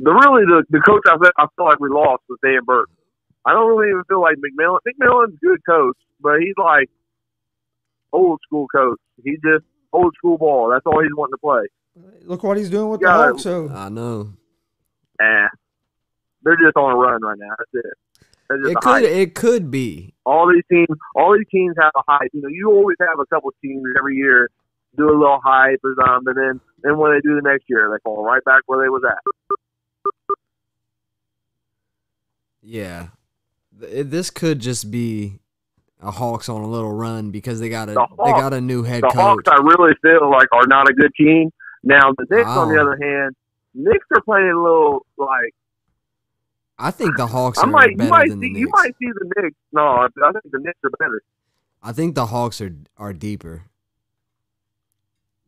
D: the really the, the coach I, fe- I feel like we lost was Dan Burton. I don't really even feel like McMillan. McMillan's a good coach, but he's like old school coach. He just old school ball. That's all he's wanting to play.
B: Look what he's doing with
D: Yeah.
B: the Hawks. So
C: I know
D: Eh. They're just on a run right now. That's it. That's just
C: it
D: the
C: could
D: hype.
C: it could be.
D: All these teams, all these teams have a hype. You know, you always have a couple teams every year do a little hype or something, and then then when they do the next year, they fall right back where they was at.
C: Yeah, Th- it, this could just be a Hawks on a little run because they got a
D: The
C: they
D: Hawks-
C: got a new head
D: the
C: coach.
D: Hawks, I really feel like are not a good team. Now the Knicks, on the
C: Wow.
D: other hand, Knicks are playing a little like
C: I think the Hawks
D: I
C: are
D: might
C: better
D: you might
C: than the
D: see
C: Knicks.
D: you might see the Knicks. No, I, I think the Knicks are better.
C: I think the Hawks are are deeper.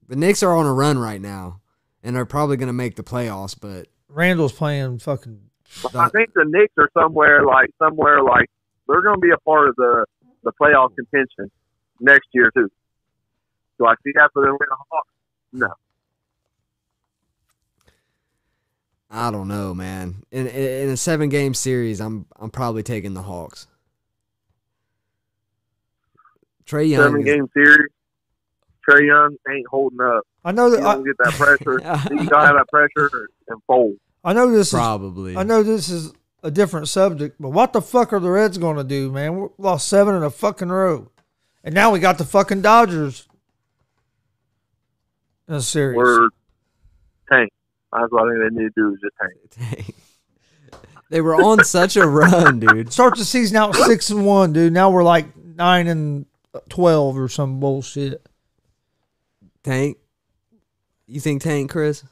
C: The Knicks are on a run right now, and are probably going to make the playoffs. But
B: Randall's playing fucking.
D: I think the Knicks are somewhere like somewhere like they're going to be a part of the the playoff contention next year too. Do I see that for the Hawks?
C: I don't know, man. In in, in a seven game series, I'm I'm probably taking the Hawks. Trey Young.
D: Seven
C: is-
D: game series. Trey Young ain't holding up.
B: I know
D: He
B: that.
D: don't
B: I,
D: get that pressure. He don't have that pressure and fold.
B: I know this is
C: probably.
B: I know this is a different subject, but what the fuck are the Reds going to do, man? We lost seven in a fucking row, and now we got the fucking Dodgers in a series.
D: We're tank. That's what I think they need to do is just tank.
C: they were on such a run, dude.
B: Start the season out six and one, dude. Now we're like nine and twelve or some bullshit.
C: Tank. You think Tank, Chris?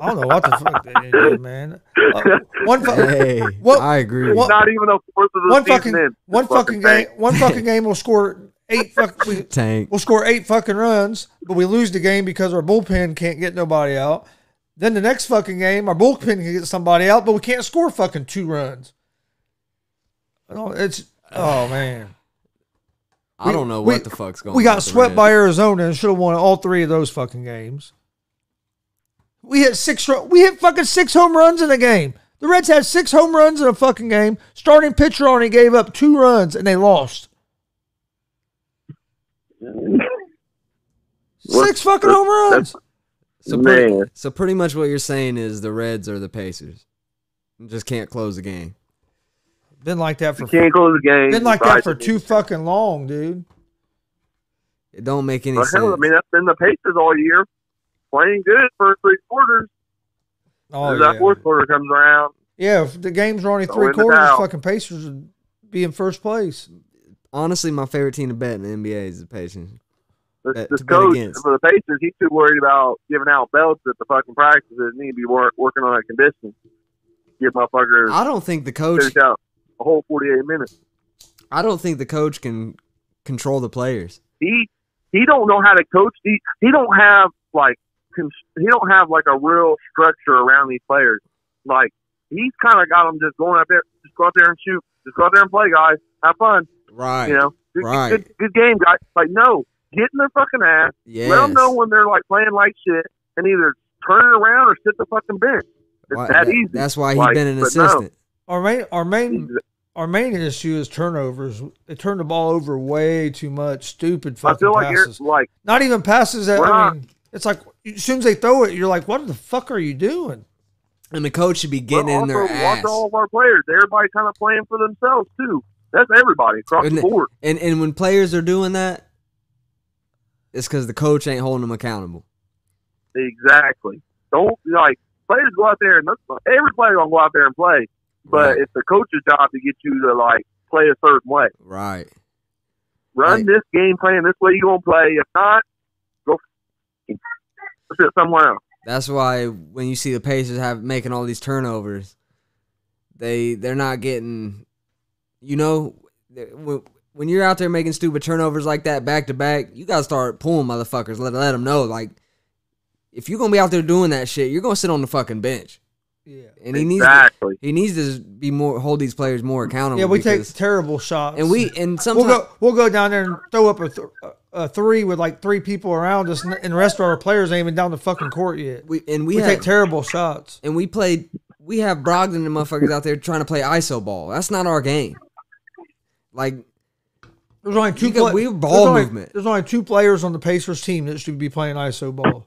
B: I don't know what the fuck they did, man. Uh, one, fu-
C: Hey,
B: What-
C: I agree.
D: It's
B: What-
D: not even a fourth of the
B: one
D: season
B: fucking,
D: in.
B: one
D: It's
B: fucking game,
D: tank.
B: one fucking game. We'll score eight fuck. We,
C: Tank.
B: We'll score eight fucking runs, but we lose the game because our bullpen can't get nobody out. Then the next fucking game, our bullpen can get somebody out, but we can't score fucking two runs. I don't- It's oh man,
C: I don't know
B: we-
C: what the fuck's going.
B: we
C: on
B: got
C: with the
B: swept
C: Reds.
B: by Arizona and should have won all three of those fucking games. We hit six. ru- We hit fucking six home runs in a game. The Reds had six home runs in a fucking game. Starting pitcher on, he gave up two runs and they lost. Six fucking home runs.
C: So pretty,
D: Man.
C: so pretty much what you're saying is the Reds are the Pacers. You Just can't close the game.
B: Been like that for
D: Can't close the game.
B: Been like
D: Right.
B: that for too fucking long, dude.
C: It don't make any
D: But
C: sense.
D: hell, I mean, that's been the Pacers all year, playing good for three quarters.
B: Oh
D: As that
B: yeah,
D: fourth quarter comes around,
B: yeah. If the games are only
D: Throw
B: three
D: in the
B: quarters,
D: towel.
B: fucking Pacers would be in first place.
C: Honestly, my favorite team to bet in the NBA is the Pacers.
B: Uh,
D: this,
C: That-
D: this
C: to bet
D: coach
C: against.
D: for the Pacers, he's too worried about giving out belts at the fucking practices. and He'd be wor- working on that condition. Get motherfucker
C: I don't think the coach.
D: finish out a whole forty-eight minutes.
C: I don't think the coach can control the players.
D: He he don't know how to coach. He he don't have like cons- he don't have like a real structure around these players. Like he's kind of got them just going out there, just go out there and shoot, just go out there and play, guys, have fun.
C: Right.
D: You know, good,
C: Right.
D: good, good game, guys. Like no, get in their fucking ass.
C: Yes.
D: Let them know when they're like playing like shit, and either turn it around or sit the fucking bench. It's
C: Why-
D: that,
C: that-
D: easy.
C: That's why he's
D: Like,
C: been an
D: but no.
C: assistant.
B: Our main, our main,
D: Exa-
B: our main issue is turnovers. They turn the ball over way too much. Stupid
D: I
B: fucking
D: feel like you're
B: passes.
D: like
B: Not even passes that.
D: We're
B: I
D: not-
B: mean, it's like as soon as they throw it, you're like, "What the fuck are you doing?"
C: And the coach should be getting
D: we're
C: in their
D: also
C: ass.
D: watch all of our players. Everybody kind of playing for themselves too. That's everybody across
C: Isn't
D: the
C: it-
D: board.
C: And and when players are doing that, it's because the coach ain't holding them accountable.
D: Exactly. Don't like players go out there and every player gonna go out there and play, but
C: Right.
D: it's the coach's job to get you to like play a certain way.
C: Right.
D: Run
C: Right.
D: this game plan this way. You gonna play? If not, go sit somewhere else.
C: That's why when you see the Pacers have making all these turnovers, they they're not getting, you know, th- when, when you're out there making stupid turnovers like that back to back, you gotta start pulling motherfuckers. Let let them know like, if you're gonna be out there doing that shit, you're gonna sit on the fucking bench.
B: Yeah.
C: And he needs to,
D: exactly.
C: he needs to be more hold these players more accountable.
B: Yeah, we
C: because-
B: take terrible shots.
C: and we and
B: we'll
C: sometimes
B: go we'll go down there and throw up a, th- a three with like three people around us, and and the rest of our players ain't even down the fucking court yet.
C: we and we,
B: We,
C: have,
B: take terrible shots.
C: and we played we have Brogdon and motherfuckers out there trying to play ISO ball. That's not our game. Like
B: There's only two.
C: You got
B: pla-
C: weird ball
B: there's only-
C: movement.
B: There's only two players on the Pacers team that should be playing ISO ball,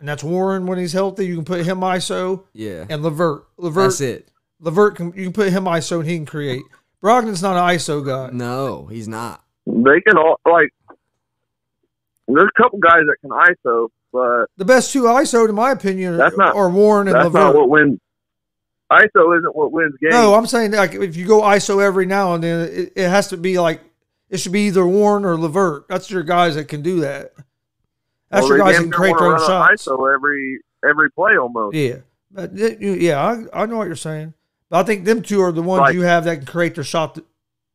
B: and that's Warren when he's healthy. You can put him ISO
C: yeah,
B: and Levert. Levert.
C: that's it.
B: Levert can you can put him ISO and he can create. Brogdon's not an ISO guy.
C: No, he's not.
D: They can all like. There's a couple guys that can ISO, but
B: The best two ISO, in my opinion,
D: That's not-
B: are Warren and
D: that's not
B: Levert.
D: what wins. ISO isn't what wins games.
B: No, I'm saying like if you go ISO every now and then, it, it has to be like it should be either Warren or Levert. That's your guys that can do that. That's
D: Well,
B: your
D: they
B: guys that
D: damn
B: can
D: sure
B: create
D: wanna
B: their own
D: run an
B: shots.
D: ISO every every play almost.
B: Yeah, but th- you- yeah, I, I know what you're saying. But I think them two are the ones
D: Like-
B: you have that can create their shot, th-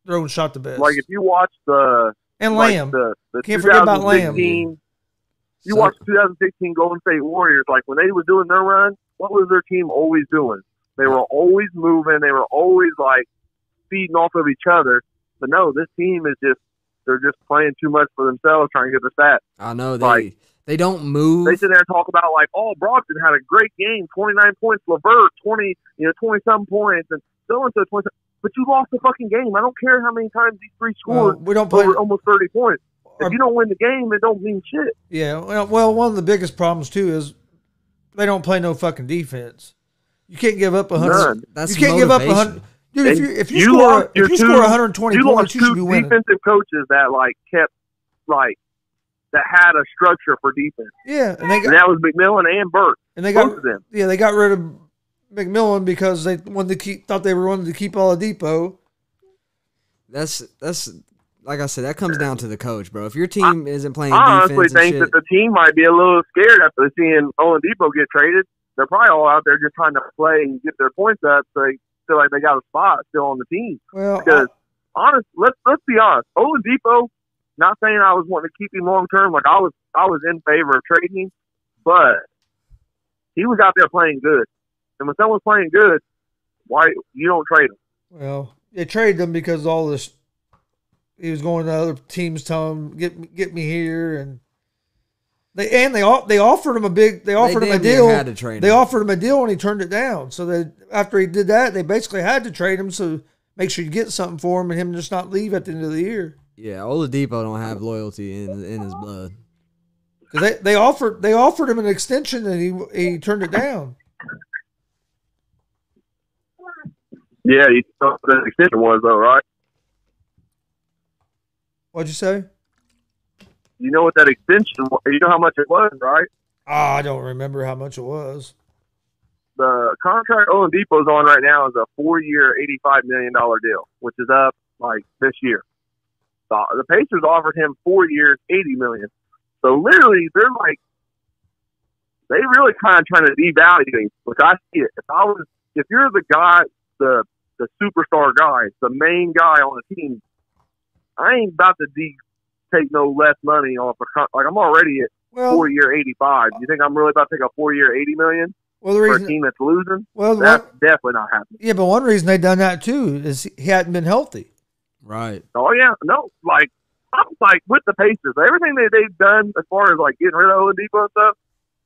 B: their own shot the best.
D: Like if you watch the
B: and
D: like
B: Lamb,
D: the, the
B: Can't forget about Lamb.
D: 2016 You
C: So-
D: watch 2016 Golden State Warriors. Like when they was doing their run, what was their team always doing? They were always moving. They were always like feeding off of each other. But no, this team is just they're just playing too much for themselves, trying to get the stats.
C: I know they
D: Like-
C: they don't move.
D: They sit there and talk about like, oh, Brogdon had a great game, 29 points. Levert 20, you know, 20 some points, and so and so 20. But you lost the fucking game. I don't care how many times these three
B: well,
D: scored
B: we don't play.
D: over almost 30 points.
B: Our-
D: If you don't win the game, it don't mean shit.
B: Yeah, well, well, one of the biggest problems too is they don't play no fucking defense. You can't give up a hundred.
D: None.
C: that's
B: You can't give up a
C: motivation.
B: hundred. Dude, if
D: And
B: you if you,
D: you
B: score
D: lost
B: if you
D: your
B: score
D: two-
B: 120
D: you
B: points,
D: lost
B: you should
D: two
B: be winning.
D: defensive coaches that like kept like that had a structure for defense,
B: Yeah, and they
D: and
B: got
D: that was McMillan and Burke,
B: and they
D: both
B: got
D: of them.
B: yeah they got rid of McMillan because they wanted to keep thought they were wanted to keep Oladipo.
C: That's that's like I said. That comes down to the coach, bro. If your team isn't playing
D: I
C: defense
D: honestly
C: and
D: think
C: shit,
D: that the team might be a little scared after seeing Owen Depot get traded. They're probably all out there just trying to play and get their points up, so they feel like they got a spot still on the team.
B: Well, I,
D: Because honest, let's let's be honest, Owen Depot. Not saying I was wanting to keep him long term, like I was I was in favor of trading him, but he was out there playing good, and when someone's playing good, why you don't trade him?
B: well they traded him because all this he was going to other teams telling him get me- get me here and they and they all they offered him a big they offered him a
C: damn near
B: deal.
C: had to trade
B: They
C: him.
B: offered him a deal and he turned it down. So they, after he did that, they basically had to trade him. So make sure you get something for him and him just not leave at the end of the year.
C: yeah, Oladipo don't have loyalty in in his blood.
B: 'Cause they, they offered they offered him an extension and he he turned it down.
D: Yeah, you know what the extension was though, right?
B: What'd you say?
D: You know what that extension? wa- You know how much it was, right?
B: Ah, I don't remember how much it was.
D: the contract Owen Depot's on right now is a four-year, eighty-five million dollar deal, which is up like this year. The, the Pacers offered him four years, eighty million. So literally, they're like, they really kind of trying to devalue him, which I see it. If I was, if you're the guy, the the superstar guy, the main guy on the team, I ain't about to de- take no less money off a con- like I'm already at
B: Well,
D: four-year, eighty-five. You think I'm really about to take a four-year, eighty million
B: well the
D: for a
B: reason
D: team that's losing?
B: well the
D: That's
B: one,
D: definitely not happening.
B: yeah, but one reason they done that too is he hadn't been healthy.
C: Right.
D: Oh yeah, no, like I'm like with the Pacers, everything that they've done as far as like getting rid of Oladipo and stuff,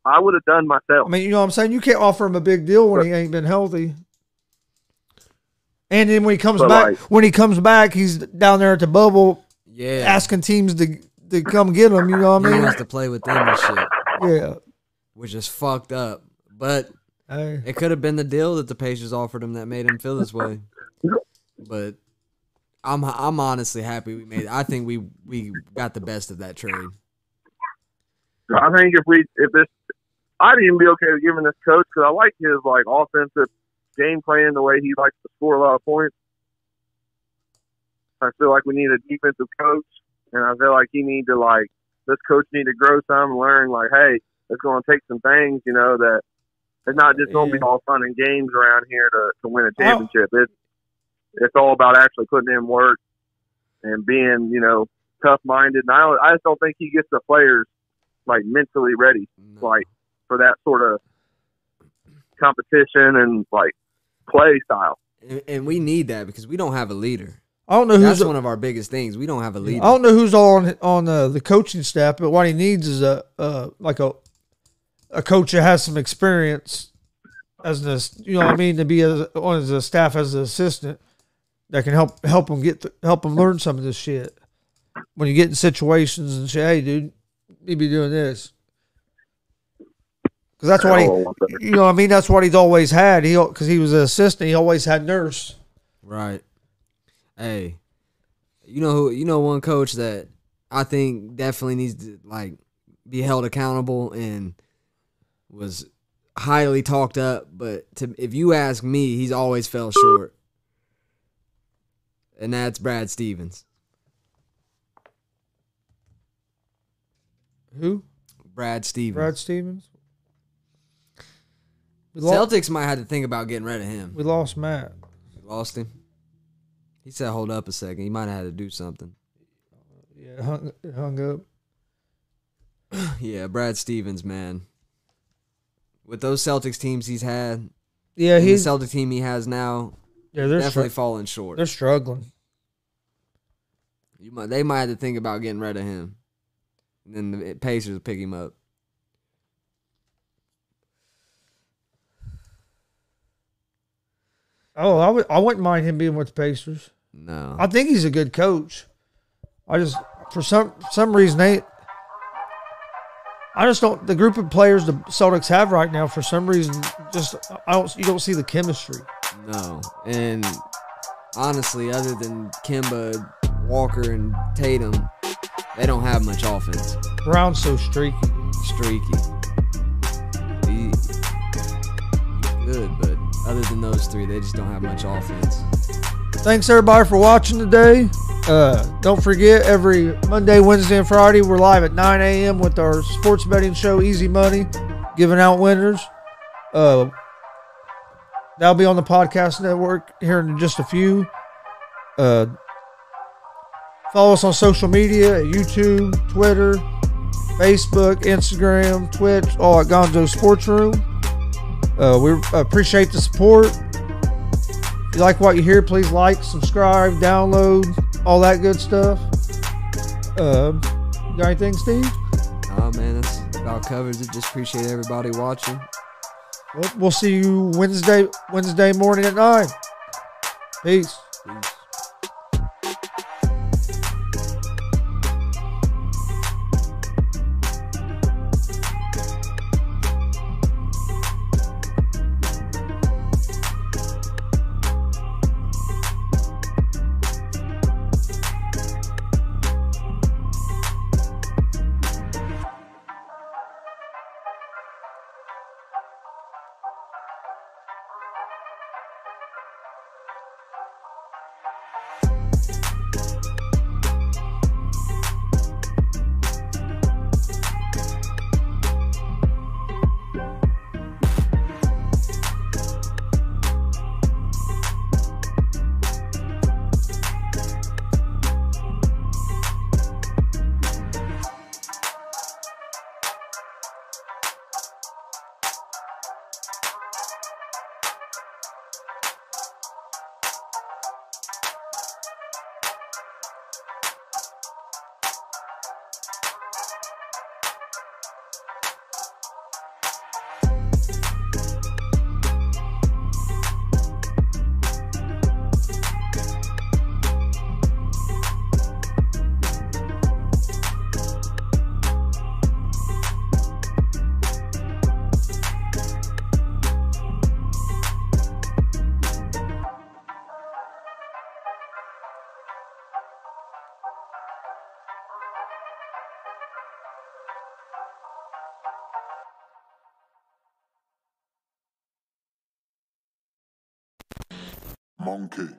D: I would have done myself.
B: I mean, you know what I'm saying? You can't offer him a big deal when he ain't been healthy. And then when he comes
D: But,
B: back,
D: like-
B: when he comes back, he's down there at the bubble
C: Yeah.
B: asking teams to to come get him. You know
C: he
B: what I mean?
C: wants to play with them and shit,
B: Yeah.
C: which is fucked up. But
B: Hey.
C: it could have been the deal that the Pacers offered him that made him feel this way. But I'm I'm honestly happy we made. It. I think we we got the best of that trade.
D: I think if we if this, I'd even be okay with giving this coach because I like his like offensive game plan, the way he likes to score a lot of points. I feel like we need a defensive coach, and I feel like he need to like this coach need to grow some, and learn like, hey, it's going to take some things, you know, that it's not just going to be all fun and games around here to, to win a championship. It's it's all about actually putting in work and being, you know, tough minded. And I don't, I just don't think he gets the players like mentally ready,
C: No.
D: like for that sort of competition and like play style.
C: And, and we need that because we don't have a leader.
B: I don't know who's Oh,
C: That's one of our biggest things. We don't have a
B: I
C: leader.
B: don't know who's on on uh, the coaching staff, but what he needs is a uh, like a a coach that has some experience as this, you know what I mean, to be as, on as a staff as an assistant that can help help him get th- help him learn some of this shit. When you get in situations and say, "Hey, dude, you be doing this," because that's what
D: Oh,
B: he, you know, what I mean, that's what he's always had. He because he was an assistant, he always had nurse.
C: Right. Hey, you know who? You know one coach that I think definitely needs to like be held accountable and was highly talked up. But to, if you ask me, he's always fell short, and that's Brad Stevens.
B: Who?
C: Brad Stevens.
B: Brad Stevens. We lost,
C: Celtics might have to think about getting rid of him.
B: we lost Matt.
C: Lost him. He said, "Hold up a second. He might have had to do something."
B: Yeah, hung, it hung up.
C: yeah, Brad Stevens, man. With those Celtics teams he's had,
B: Yeah,
C: and the
B: he's
C: Celtic team he has now
B: yeah, they're
C: definitely
B: str-
C: falling short.
B: they're struggling.
C: You might, they might have to think about getting rid of him. And then the Pacers will pick him up.
B: Oh, I would I wouldn't mind him being with the Pacers.
C: No,
B: I think he's a good coach. I just for some for some reason they I just don't the group of players the Celtics have right now for some reason just I don't you don't see the chemistry.
C: no. And honestly, other than Kimba, Walker, and Tatum, they don't have much offense.
B: Brown's so streaky.
C: Streaky. He, he's good, but other than those three, they just don't have much offense.
B: Thanks everybody for watching today. Uh, don't forget every Monday, Wednesday, and Friday we're live at 9 a.m. with our sports betting show, Easy Money, giving out winners. Uh, that'll be on the podcast network here in just a few. Uh, follow us on social media: YouTube, Twitter, Facebook, Instagram, Twitch, all at Gonzo Sports Room. Uh, we appreciate the support. If you like what you hear, please like, subscribe, download, all that good stuff. Um, you got anything, Steve?
C: Oh, man, that's about covers it. Just appreciate everybody watching.
B: Well, we'll see you Wednesday, Wednesday morning at nine. Peace.
C: Peace.
A: monkey.